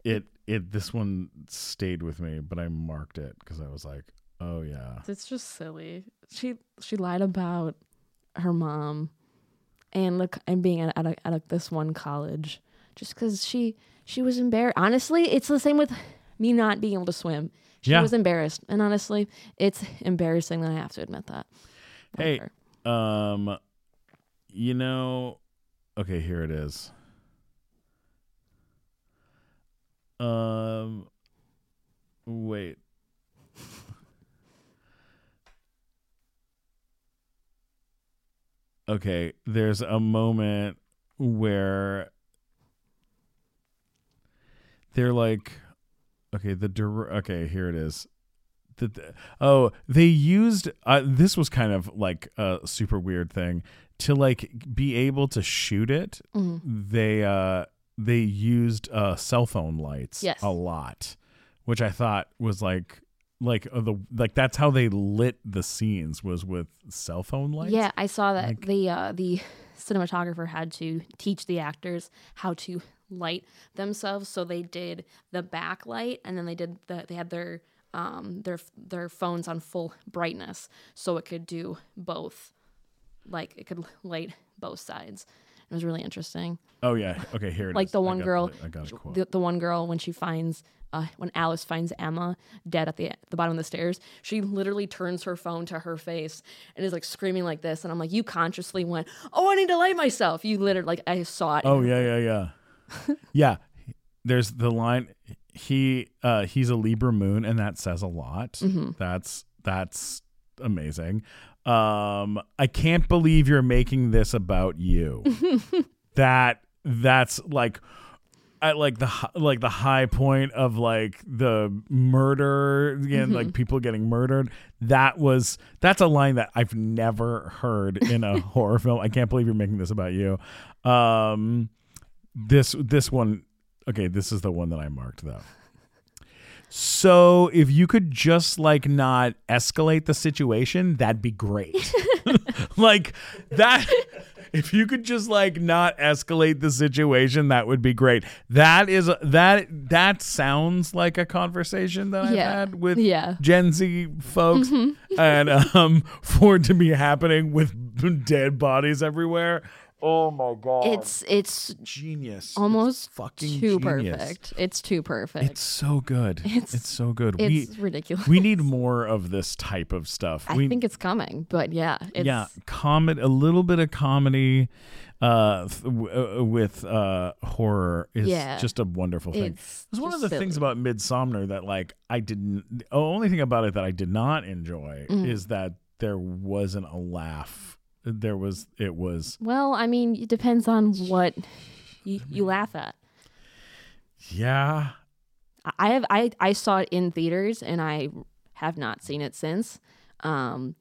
B: it it this one stayed with me but i marked it because i was like oh yeah
C: It's just silly. She she lied about her mom, and look, I'm being at at, at this one college just because she she was embarrassed. Honestly, it's the same with me not being able to swim. She
B: Yeah.
C: was embarrassed. And honestly, it's embarrassing that I have to admit that. Not
B: Hey.
C: her.
B: Um, you know, okay, here it is. Um, wait. Okay, there's a moment where they're like, okay, the dir- okay, here it is. The, the- oh, they used uh, this was kind of like a super weird thing to like be able to shoot it.
C: Mm-hmm.
B: They uh they used uh cell phone lights
C: Yes.
B: a lot, which I thought was like like uh, the like that's how they lit the scenes was with cell phone lights.
C: Yeah, I saw that
B: Like-
C: the uh, the cinematographer had to teach the actors how to light themselves. So they did the backlight, and then they did the they had their um their their phones on full brightness, so it could do both. Like it could light both sides. It was really interesting.
B: Oh yeah. Okay. Here. it
C: Like
B: is.
C: the
B: I
C: one
B: got
C: girl-
B: I got a quote.
C: The, the one girl when she finds uh, when Alice finds Emma dead at the the bottom of the stairs, she literally turns her phone to her face and is like screaming like this. And I'm like, you consciously went, oh, I need to light myself. You literally like I saw it.
B: Oh yeah, yeah, yeah. yeah. There's the line he uh he's a Libra moon and that says a lot. That's that's amazing. Um I can't believe you're making this about you. that that's like at like the hi- like the high point of like the murder again like people getting murdered that was that's a line that I've never heard in a horror film I can't believe you're making this about you um this this one okay this is the one that I marked though so if you could just like not escalate the situation that'd be great like that if you could just like not escalate the situation that would be great that is that that sounds like a conversation that i've
C: Yeah.
B: had with
C: Yeah. Mm-hmm.
B: gen z folks and um for it to be happening with dead bodies everywhere oh my god
C: It's it's
B: genius
C: almost
B: fucking
C: too
B: genius.
C: perfect. It's too perfect.
B: it's
C: It's,
B: so good it's, so good we
C: ridiculous.
B: we need more of this type of stuff
C: I
B: we
C: think it's coming, but yeah, it's
B: yeah, comedy, a little bit of comedy uh, th- w- uh, with uh, horror is
C: Yeah.
B: just a wonderful thing.
C: It's
B: It's one of
C: just
B: the things
C: silly.
B: about Midsomner that like I didn't. The only thing about it that I did not enjoy
C: Mm.
B: is that there wasn't a laugh. There was. It was.
C: Well, I mean, it depends on what you, you laugh at.
B: Yeah.
C: I have I I saw it in theaters and I have not seen it since. Um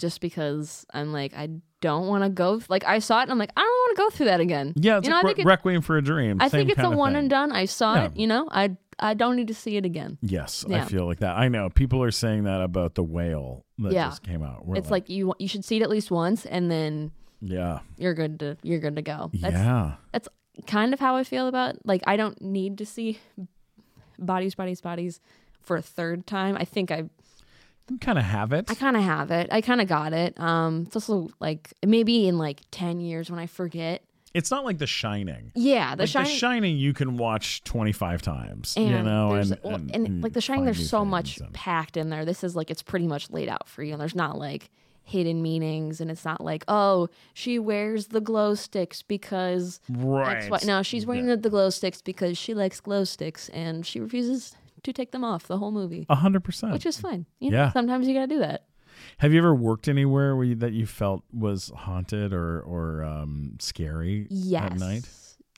C: just because I'm like I don't want to go like I saw it and I'm like I don't want to go through that again.
B: Yeah. It's
C: you know,
B: like
C: I think, it-
B: Re- Requiem for a Dream.
C: I think
B: same
C: it's a
B: kinda
C: one
B: thing.
C: and done. I saw
B: Yeah.
C: it, you know. I I don't need to see it again.
B: Yes, I
C: Yeah.
B: feel like that. I know people are saying that about the whale that
C: Yeah.
B: just came out. We're
C: It's like you you should see it at least once and then
B: yeah,
C: you're good to you're good to go. That's
B: yeah,
C: that's kind of how I feel about like I don't need to see bodies bodies bodies for a third time. I think I
B: you kind of have it.
C: I kind of have it. I kind of got it. Um, it's also like maybe in like ten years when I forget.
B: it's not like The Shining.
C: Yeah, the
B: like
C: shining.
B: The Shining, you can watch twenty five times.
C: and
B: you know,
C: there's-
B: and,
C: well,
B: and-
C: and,
B: and
C: like the shining,
B: find
C: there's
B: new
C: so
B: things
C: much
B: and-
C: packed in there. This is like it's pretty much laid out for you, and there's not like hidden meanings, and it's not like oh she wears the glow sticks because
B: right.
C: that's why. No, she's wearing the, the glow sticks because she likes glow sticks, and she refuses to take them off the whole movie,
B: A hundred percent.
C: which is fine. You know,
B: Yeah.
C: sometimes you gotta do that.
B: Have you ever worked anywhere where you, that you felt was haunted or or um, scary
C: yes.
B: at night?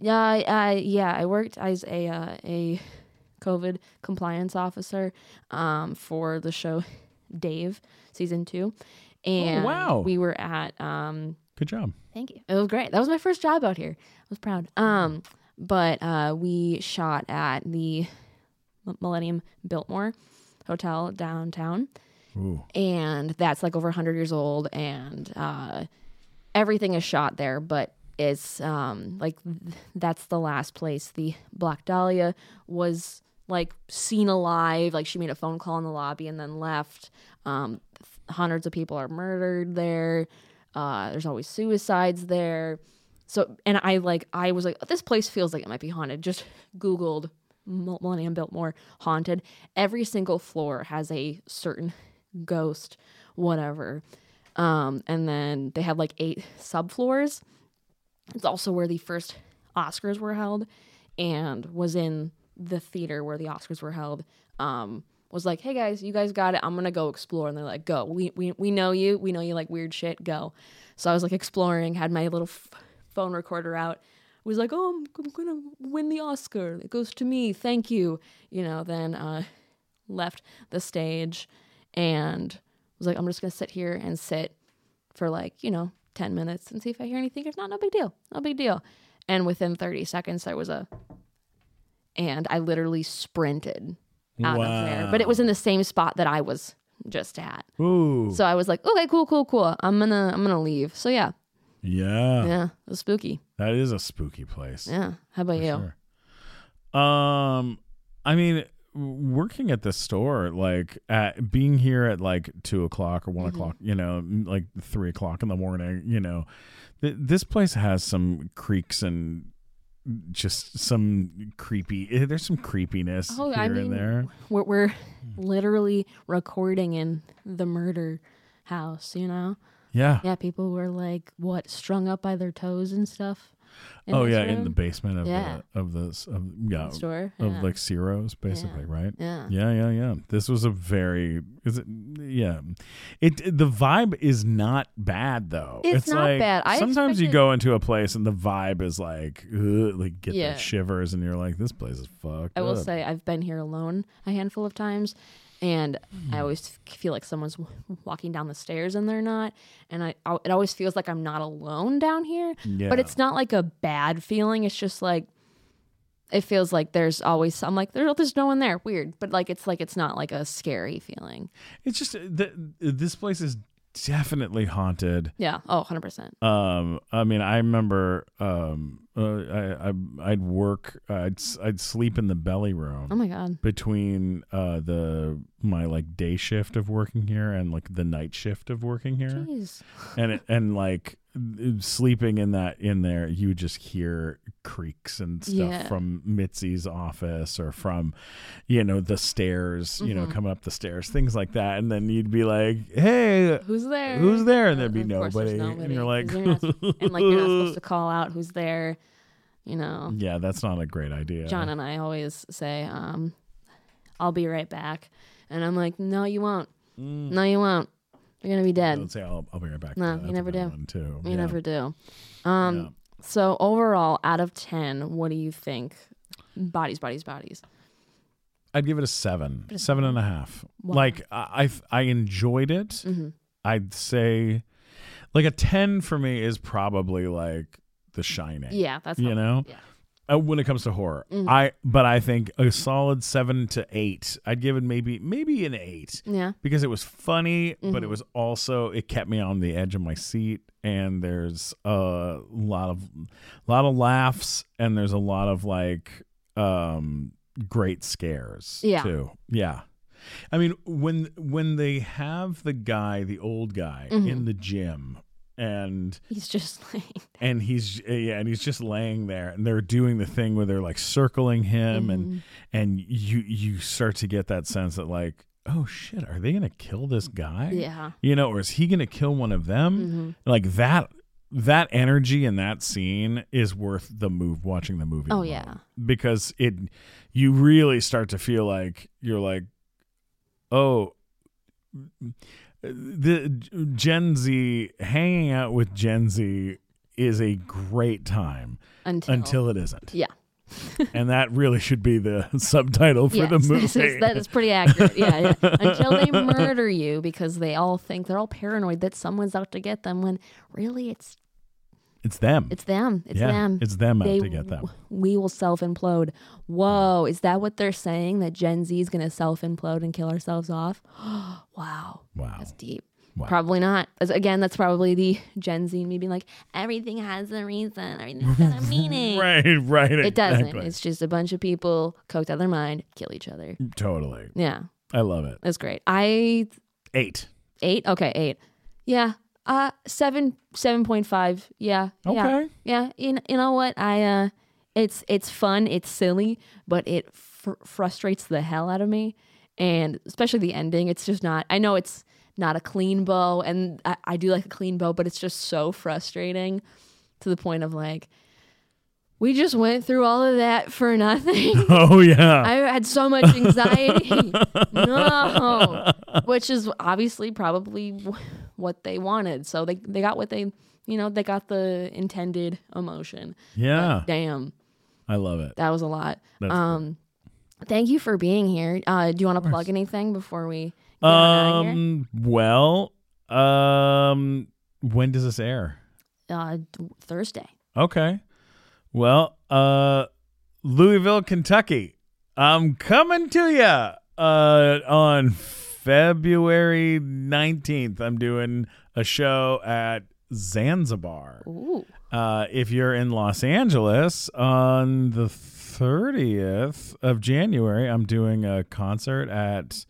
C: Yeah, I, I yeah, I worked as a uh, a COVID compliance officer um, for the show Dave season two, and
B: Oh, wow.
C: we were at um,
B: Good job.
C: Thank you. It was great. That was my first job out here. I was proud. Um, but uh, we shot at the Millennium Biltmore Hotel downtown,
B: Ooh.
C: and that's like over 100 years old, and uh, everything is shot there. But it's um, like th- that's the last place the Black Dahlia was like seen alive. Like she made a phone call in the lobby and then left. Um, hundreds of people are murdered there. Uh, there's always suicides there. So, and I like, I was like, this place feels like it might be haunted. Just Googled Mil- Millennium Biltmore haunted. Every single floor has a certain ghost, whatever. Um, and then they had like eight subfloors. It's also where the first Oscars were held and was in the theater where the Oscars were held. Um, was like, hey guys, you guys got it. I'm gonna go explore. And they're like, go. We, we, we know you. We know you like weird shit. Go. So I was like exploring, had my little f- phone recorder out. Was like, oh, I'm, I'm gonna win the Oscar. It goes to me. Thank you. You know, then uh, left the stage and was like, I'm just gonna sit here and sit for like, you know, 10 minutes and see if I hear anything. If not, no big deal. No big deal. And within 30 seconds, there was a, and I literally sprinted out of there. But it was in the same spot that I was just at.
B: Ooh.
C: So I was like, okay, cool, cool, cool. I'm gonna, I'm gonna leave. So yeah,
B: yeah,
C: yeah, it was spooky.
B: That is a spooky place.
C: Yeah. How about you?
B: Sure. Um, I mean, w- working at this store, like at being here at like two o'clock or one
C: Mm-hmm.
B: o'clock, you know, m- like three o'clock in the morning, you know, th- this place has some creaks and just some creepy. eh, There's some creepiness
C: Oh,
B: here
C: I
B: and
C: mean-
B: there.
C: We're, we're literally recording in the murder house. You know?
B: Yeah.
C: Yeah, people were like, what, strung up by their toes and stuff. in
B: oh
C: this
B: yeah, in the
C: room?
B: basement of
C: Yeah.
B: the of this of yeah
C: store.
B: of
C: yeah.
B: like Ciro's basically, right?
C: yeah.
B: Yeah, yeah, yeah. This was a very is it yeah. It the vibe is not bad though.
C: It's not
B: like,
C: bad. I
B: sometimes you
C: expected-
B: go into a place and the vibe is like ugh, like get
C: Yeah.
B: the shivers and you're like this place is fucked.
C: I will
B: up.
C: say I've been here alone a handful of times, and
B: Hmm.
C: I always f- feel like someone's w- walking down the stairs and they're not, and I I- it always feels like I'm not alone down here.
B: Yeah.
C: But it's not like a bad feeling. It's just like it feels like there's always I'm like there, there's no one there. Weird, but like it's like it's not like a scary feeling.
B: it's just that this place is definitely haunted.
C: Yeah. Oh, 100 percent.
B: Um, I mean, I remember um, uh, I, I I'd work, I'd s- I'd sleep in the belly room.
C: Oh my god.
B: between uh the my like day shift of working here and like the night shift of working here
C: Jeez.
B: and it, and like sleeping in that in there you would just hear creaks and stuff
C: Yeah.
B: from Mitzi's office or from you know the stairs you
C: Mm-hmm.
B: know coming up the stairs things like that and then you'd be like hey
C: Who's there?
B: who's there and there'd
C: Uh,
B: be
C: of course there's
B: nobody. and you're like
C: 'cause you're not sup- and like you're not supposed to call out who's there. You know.
B: yeah that's not a great idea
C: John and I always say, um, I'll be right back. And I'm like, no, you won't.
B: Mm.
C: No, you won't. You're going to be dead.
B: don't say I'll, I'll be right back
C: No, you
B: That's a
C: never
B: bad
C: do.
B: one, too
C: You
B: Yeah.
C: never do. Um,
B: Yeah.
C: So, overall, out of 10, what do you think? Bodies, bodies, bodies.
B: I'd give it a seven, seven and a half.
C: Wow.
B: Like I, I I enjoyed it. I'd say, like a ten for me is probably like The Shining.
C: Yeah, that's
B: you
C: how-
B: know.
C: yeah.
B: Uh, when it comes to horror, I but I think a solid seven to eight. I'd give it maybe maybe an eight
C: Yeah.
B: because it was funny, but it was also it kept me on the edge of my seat. And there's a lot of lot of laughs, and there's a lot of like um great scares
C: Yeah.
B: too. Yeah. I mean, when when they have the guy, the old guy, in the gym, and
C: He's just like,
B: and he's uh, yeah, and he's just laying there, and they're doing the thing where they're like circling him,
C: Mm-hmm.
B: and and you you start to get that sense that like, oh shit, are they gonna kill this guy?
C: yeah. Mm-hmm.
B: you know, or is he gonna kill one of them? Like that that energy in that scene is worth the move watching the movie.
C: Oh,
B: alone.
C: yeah.
B: because it you really start to feel like you're like, oh. The Gen Z hanging out with Gen Z is a great time
C: Until.
B: until it isn't.
C: yeah.
B: And that really should be the subtitle for
C: Yes,
B: the movie.
C: this is- that is pretty accurate. Yeah, yeah. Until they murder you because they all think they're all paranoid that someone's out to get them when really it's
B: it's them.
C: It's them. It's
B: yeah,
C: them.
B: it's them out
C: They
B: to get them.
C: w- We will self implode. Whoa, is that what they're saying? That Gen Z is going to self implode and kill ourselves off? wow,
B: Wow.
C: that's deep.
B: Wow.
C: Probably not. As- Again, that's probably the Gen Z me being like, everything has a reason, everything's got a meaning.
B: Right, right.
C: It doesn't.
B: exactly.
C: It's just a bunch of people coked out of their mind, kill each other.
B: Mm. Totally.
C: Yeah,
B: I love it.
C: that's great. I
B: Eight.
C: eight. Okay, eight. Yeah. Uh, seven, seven point five. Yeah. Yeah.
B: Okay.
C: Yeah, you know, you know what? I uh it's it's fun, it's silly, but it fr- frustrates the hell out of me, and especially the ending. It's just not. I know it's not a clean bow, and I, I do like a clean bow, but it's just so frustrating to the point of like, we just went through all of that for nothing.
B: Oh yeah.
C: I had so much anxiety. no, which is obviously probably wh- what they wanted. So they they got what they you know they got the intended emotion.
B: yeah.
C: Damn,
B: I love it.
C: that was a lot.
B: That's cool.
C: um, thank you for being here. Uh, do you want to plug anything before we? get on outta here?
B: Um well, um when does this air?
C: uh, d- Thursday.
B: Okay. Well, uh Louisville, Kentucky. I'm coming to you uh on February 19th. I'm doing a show at Zanzibar.
C: Ooh,
B: Uh, if you're in Los Angeles on the 30th of January, I'm doing a concert at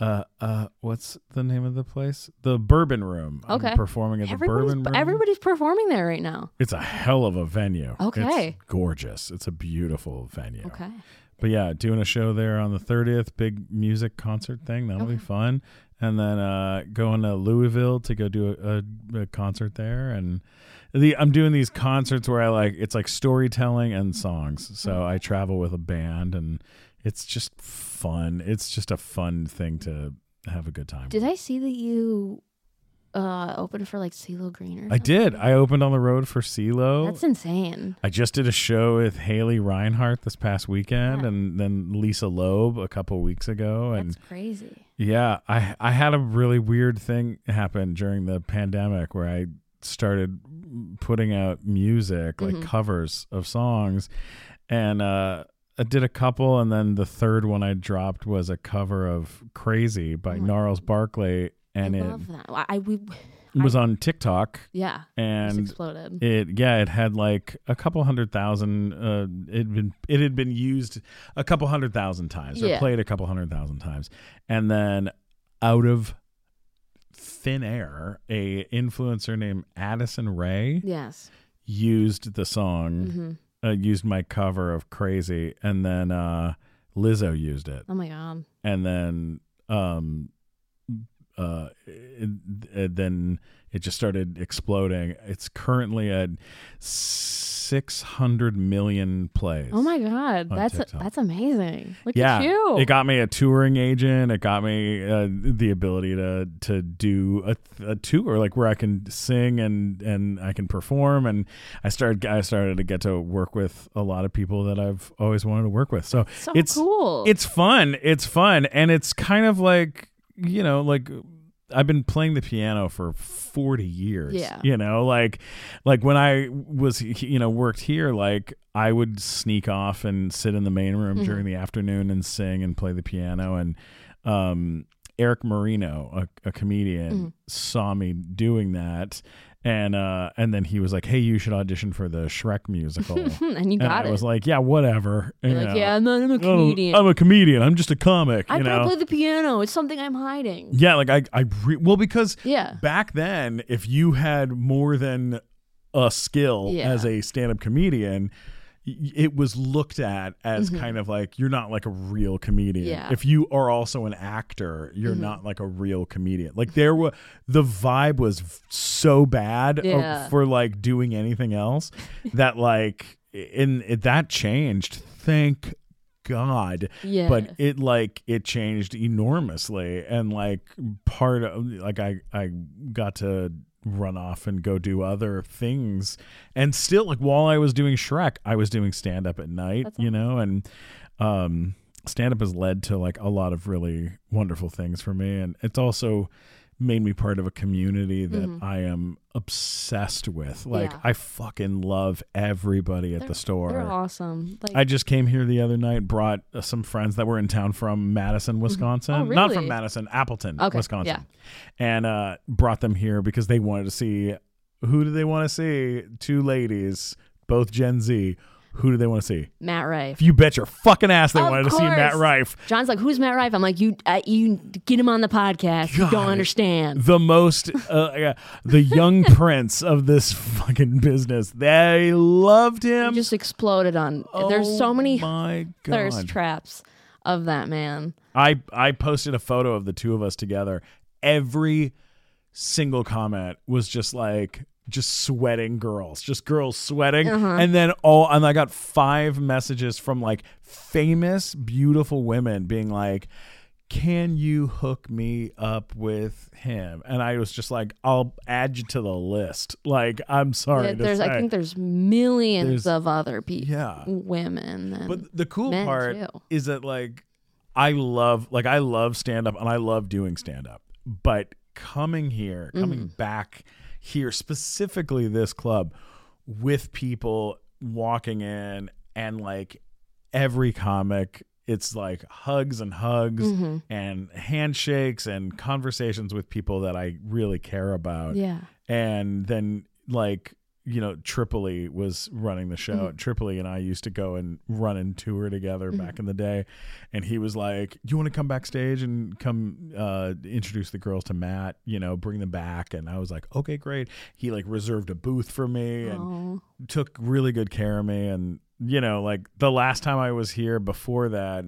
B: uh uh what's the name of the place? The Bourbon Room. I'm
C: Okay.
B: performing at the
C: everybody's
B: Bourbon Room.
C: everybody's performing there right now.
B: It's a hell of a venue.
C: Okay.
B: It's gorgeous. It's a beautiful venue.
C: Okay,
B: But yeah, doing a show there on the 30th, big music concert thing. That'll be fun. And then uh, going to Louisville to go do a, a, a concert there. And the I'm doing these concerts where I like it's like storytelling and songs.
C: Mm-hmm.
B: So I travel with a band and it's just fun. It's just a fun thing to have a good time.
C: did
B: with.
C: I see that you uh opened for like CeeLo Green or
B: I
C: something?
B: did. I opened on the road for CeeLo.
C: That's insane.
B: I just did a show with Haley Reinhart this past weekend,
C: Yeah.
B: and then Lisa Loeb a couple weeks ago, and
C: That's crazy.
B: yeah, I I had a really weird thing happen during the pandemic where I started putting out music like
C: Mhm.
B: covers of songs, and uh, I did a couple, and then the third one I dropped was a cover of "Crazy" by
C: Oh my-
B: Gnarls Barkley, and
C: I
B: it
C: love that. I, I we
B: was on TikTok
C: yeah, it's
B: and
C: exploded.
B: it yeah, it had like a couple hundred thousand. Uh, it been it had been used a couple hundred thousand times or
C: Yeah.
B: played a couple hundred thousand times, and then out of thin air, a influencer named Addison Ray
C: yes.
B: used the song,
C: hmm
B: uh, used my cover of "Crazy," and then uh, Lizzo used it,
C: Oh my god.
B: and then um uh it, it- then it just started exploding it's currently at 600 million plays
C: Oh my god.
B: On
C: That's
B: TikTok.
C: that's amazing. Look
B: yeah
C: at you.
B: it got me a touring agent it got me uh, the ability to to do a, a tour like where i can sing and and i can perform and i started i started to get to work with a lot of people that i've always wanted to work with so
C: so
B: it's
C: cool.
B: it's fun. It's fun. And it's kind of like, you know, like I've been playing the piano for 40 years.
C: Yeah.
B: You know, like like when I was you know, worked here, like I would sneak off and sit in the main room
C: Mhm.
B: during the afternoon and sing and play the piano and um Eric Marino, a, a comedian,
C: Mm-hmm.
B: saw me doing that and uh and then he was like, "Hey, you should audition for the Shrek musical." and
C: Hmm, and you got
B: I
C: it.
B: was like, "Yeah, whatever." you
C: You're like,
B: know.
C: yeah, I'm, not, I'm a comedian.
B: I'm a comedian. I'm just a comic.
C: I
B: you
C: probably
B: know.
C: play the piano. It's something I'm hiding.
B: yeah, like I, I re- well because
C: Yeah.
B: back then, if you had more than a skill
C: Yeah.
B: as a stand-up comedian, y- it was looked at as kind of like you're not like a real comedian.
C: Mm-hmm. Yeah. Mm-hmm.
B: If you are also an actor, you're not like a real comedian. Like there were the vibe was f- so bad uh,
C: Yeah.
B: for like doing anything else that like in it, that changed. Thank God
C: Yeah.
B: but it like it changed enormously and like part of like i i got to run off and go do other things and still like while i was doing shrek i was doing stand up at night
C: That's
B: you know and um stand up has led to like a lot of really wonderful things for me and it's also made me part of a community that i am obsessed with like
C: Mm-hmm. Yeah.
B: i fucking love everybody at the store
C: They're awesome. Like
B: I just came here the other night, brought uh, some friends that were in town from Madison, Wisconsin.
C: Oh,
B: Not
C: really?
B: from Madison, Appleton,
C: Okay,
B: Wisconsin. And uh, brought them here because they wanted to see who do they want to see? Two ladies, both Gen Z. Who do they want to see?
C: Matt Rife.
B: You bet your fucking ass they
C: Of
B: wanted to see Matt
C: course.
B: Rife.
C: John's like, who's Matt Rife? I'm like, you, uh, you get him on the podcast. You
B: God.
C: don't understand.
B: The most, uh, uh, the young prince of this fucking business. They loved
C: He
B: him.
C: just exploded on. there's so
B: Oh
C: many
B: my God.
C: thirst traps of that man.
B: I I posted a photo of the two of us together. Every single comment was just like just sweating girls, just girls sweating.
C: Uh-huh.
B: And then all and I got five messages from like famous beautiful women being like can you hook me up with him? And I was just like, I'll add you to the list. Like, I'm sorry.
C: There-
B: to
C: there's,
B: say.
C: I think there's millions
B: There's-
C: of other people,
B: Yeah.
C: women. And,
B: But the cool
C: Mm. men,
B: part
C: too.
B: is that like I love like I love stand up and I love doing stand up. But coming here, coming
C: Mm.
B: back here specifically this club with people walking in and like every comic it's like hugs and hugs
C: Mm. Mm-hmm.
B: and handshakes and conversations with people that I really care about
C: yeah,
B: and then like you know tripoli was running the show tripoli and i used to go and run and tour together back in the day and he was like you want to come backstage and come uh, introduce the girls to matt you know bring them back and i was like okay great he like reserved a booth for me and
C: oh,
B: took really good care of me and you know like the last time i was here before that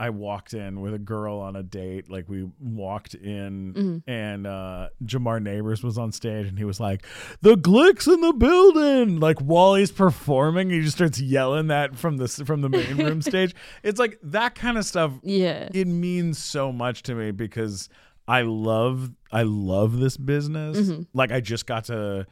B: i walked in with a girl on a date like we walked in and uh jamar neighbors was on stage and he was like the glick's in the building like while he's performing he just starts yelling that from the from the main room stage it's like that kind of stuff
C: yeah.
B: it means so much to me because I love I love this business.
C: Mm-hmm.
B: Like I just got to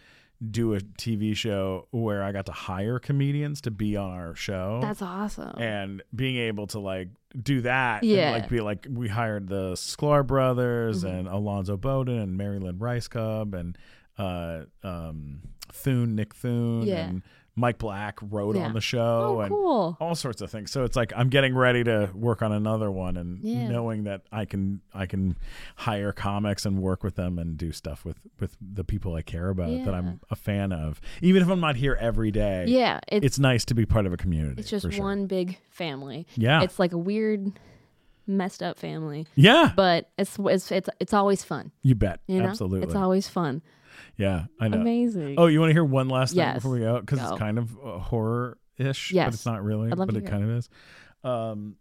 B: do a TV show where I got to hire comedians to be on our show.
C: That's awesome.
B: and being able to like do that
C: Yeah. Mm-hmm.
B: and like be like we hired the Sklar brothers and Alonzo Bowden and Marilyn Rice Cub and uh um Thune Nick Thune
C: Yeah.
B: and Mike Black wrote
C: Yeah.
B: on the show
C: oh,
B: and
C: cool.
B: all sorts of things. So it's like I'm getting ready to work on another one, and
C: Yeah.
B: knowing that I can I can hire comics and work with them and do stuff with with the people I care about that I'm a fan of, even if I'm not here every day.
C: Yeah, it's
B: It's nice to be part of a community.
C: it's just
B: for sure.
C: one big family.
B: Yeah.
C: it's like a weird, messed up family,
B: Yeah,
C: but it's it's it's, it's always fun.
B: you bet.
C: You know,
B: Absolutely.
C: it's always fun.
B: yeah, I know.
C: Amazing.
B: Oh, you want to hear one last thing
C: Yes.
B: before we go? Because
C: Go.
B: it's kind of uh, horror ish,
C: Yes.
B: but it's not really,
C: I'd love
B: but
C: to
B: it
C: hear
B: kind of is. Um,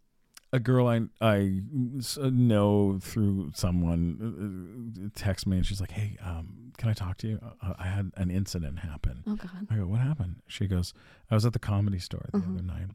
B: a girl I I s- uh, know through someone uh, uh, text me and she's like, "Hey, um, can I talk to you? Uh, I had an incident happen."
C: oh God.
B: I go, "What happened?" She goes, "I was at the comedy store the
C: Mm-hmm.
B: other night,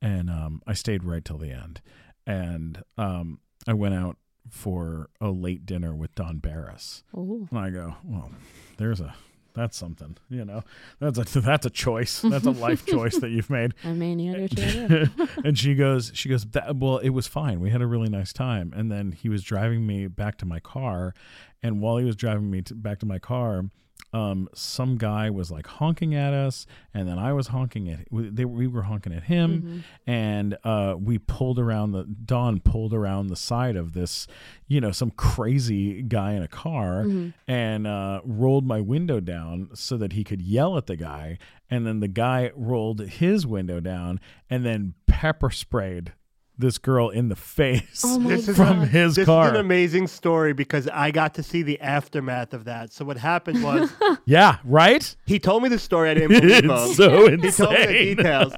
B: and um, I stayed right till the end, and um, I went out for a late dinner with Don Barris."
C: Oh,
B: And I go, well, there's a that's something, you know. That's a that's a choice. That's a life choice that you've made.
C: I mean, you know what you're doing.
B: and she goes, she goes, that, well, it was fine. We had a really nice time. And then he was driving me back to my car, and while he was driving me to, back to my car, um, some guy was like honking at us, and then I was honking at we- they we were honking at him,
C: Mm-hmm.
B: and uh, we pulled around the Don pulled around the side of this, you know, some crazy guy in a car, and uh, rolled my window down so that he could yell at the guy, and then the guy rolled his window down and then pepper sprayed this girl in the face.
C: Oh my
D: This is
B: from
C: God.
B: his
D: This
B: car.
D: is an amazing story because I got to see the aftermath of that. So what happened was
B: yeah, right?
D: he told me the story. I didn't believe him.
B: It's so
D: He told me the
B: insane.
D: details.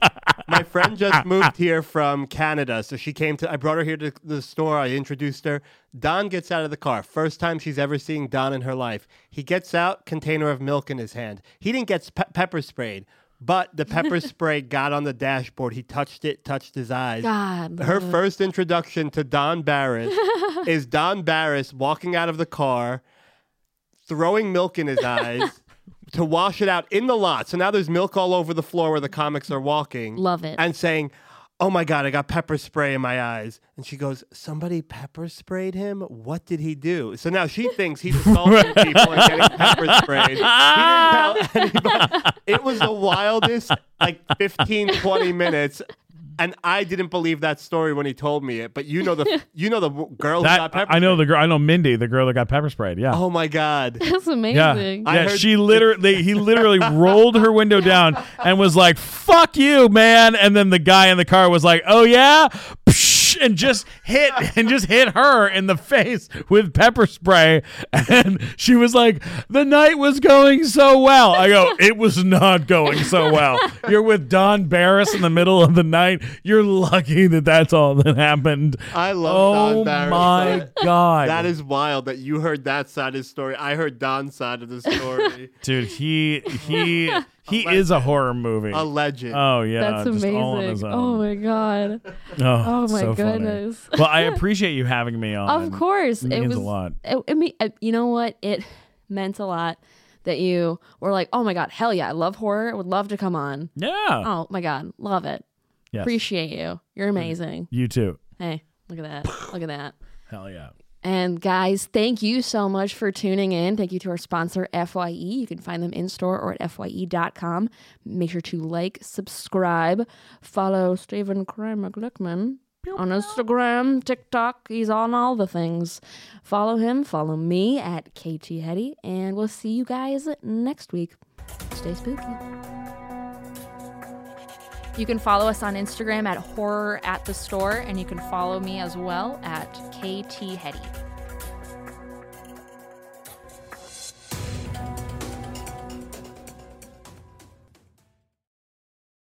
D: My friend just moved here from Canada, so she came to. I brought her here to the store. I introduced her. Don gets out of the car. First time she's ever seeing Don in her life. He gets out, container of milk in his hand. He didn't get pe- pepper sprayed, but the pepper spray got on the dashboard. He touched it, touched his eyes.
C: God.
D: Her first introduction to Don Barris is Don Barris walking out of the car, throwing milk in his eyes to wash it out in the lot. So now there's milk all over the floor where the comics are walking.
C: Love it.
D: And saying, Oh my God, I got pepper spray in my eyes. And she goes, Somebody pepper sprayed him? What did he do? So now she thinks he's assaulting people and getting pepper sprayed. He didn't tell anybody. It was the wildest, like 15, 20 minutes and I didn't believe that story when he told me it. But you know the you know the w- girl who Oh, got
B: That
D: pepper.
B: I know the girl. I know Mindy, the girl that got pepper sprayed. Yeah.
D: Oh my god!
C: That's
B: Yeah,
C: amazing.
D: I
B: yeah.
D: heard-
B: She literally, he literally rolled her window down and was like, "Fuck you, man!" And then the guy in the car was like, "Oh yeah," Psh, and just hit and just hit her in the face with pepper spray. And she was like, "The night was going so well." I go, "It was not going so well. You're with Don Barris in the middle of the night. You're lucky that that's all that happened."
D: I love
B: Oh
D: Don Barris.
B: my
D: That-
B: god,
D: That is wild that you heard that side of the story. I heard Don's side of the story.
B: dude he he he is a horror movie
D: A legend.
B: oh yeah
C: That's
B: just all on his
C: amazing.
B: own.
C: Oh my god.
B: Oh,
C: oh
B: it's
C: my
B: so funny.
C: goodness.
B: well i appreciate you having me on
C: Of course,
B: it
C: it
B: means
C: was
B: a lot
C: It, it me- uh, you know what? It meant a lot that you were like, "Oh my god, hell yeah, I love horror. I would love to come on."
B: yeah
C: Oh my god, love it.
B: Yes.
C: Appreciate you. You're amazing.
B: you too
C: Hey, look at that. Look at that.
B: hell yeah
C: And guys, thank you so much for tuning in. Thank you to our sponsor, FYE. You can find them in store or at FYE.com. Make sure to like, subscribe, follow Stephen Kramer Glickman on Instagram, TikTok. He's on all the things. Follow him, follow me at KT Hetty, and we'll see you guys next week. Stay spooky.
A: You can follow us on Instagram at horror at the store, and you can follow me as well at KT Hetty.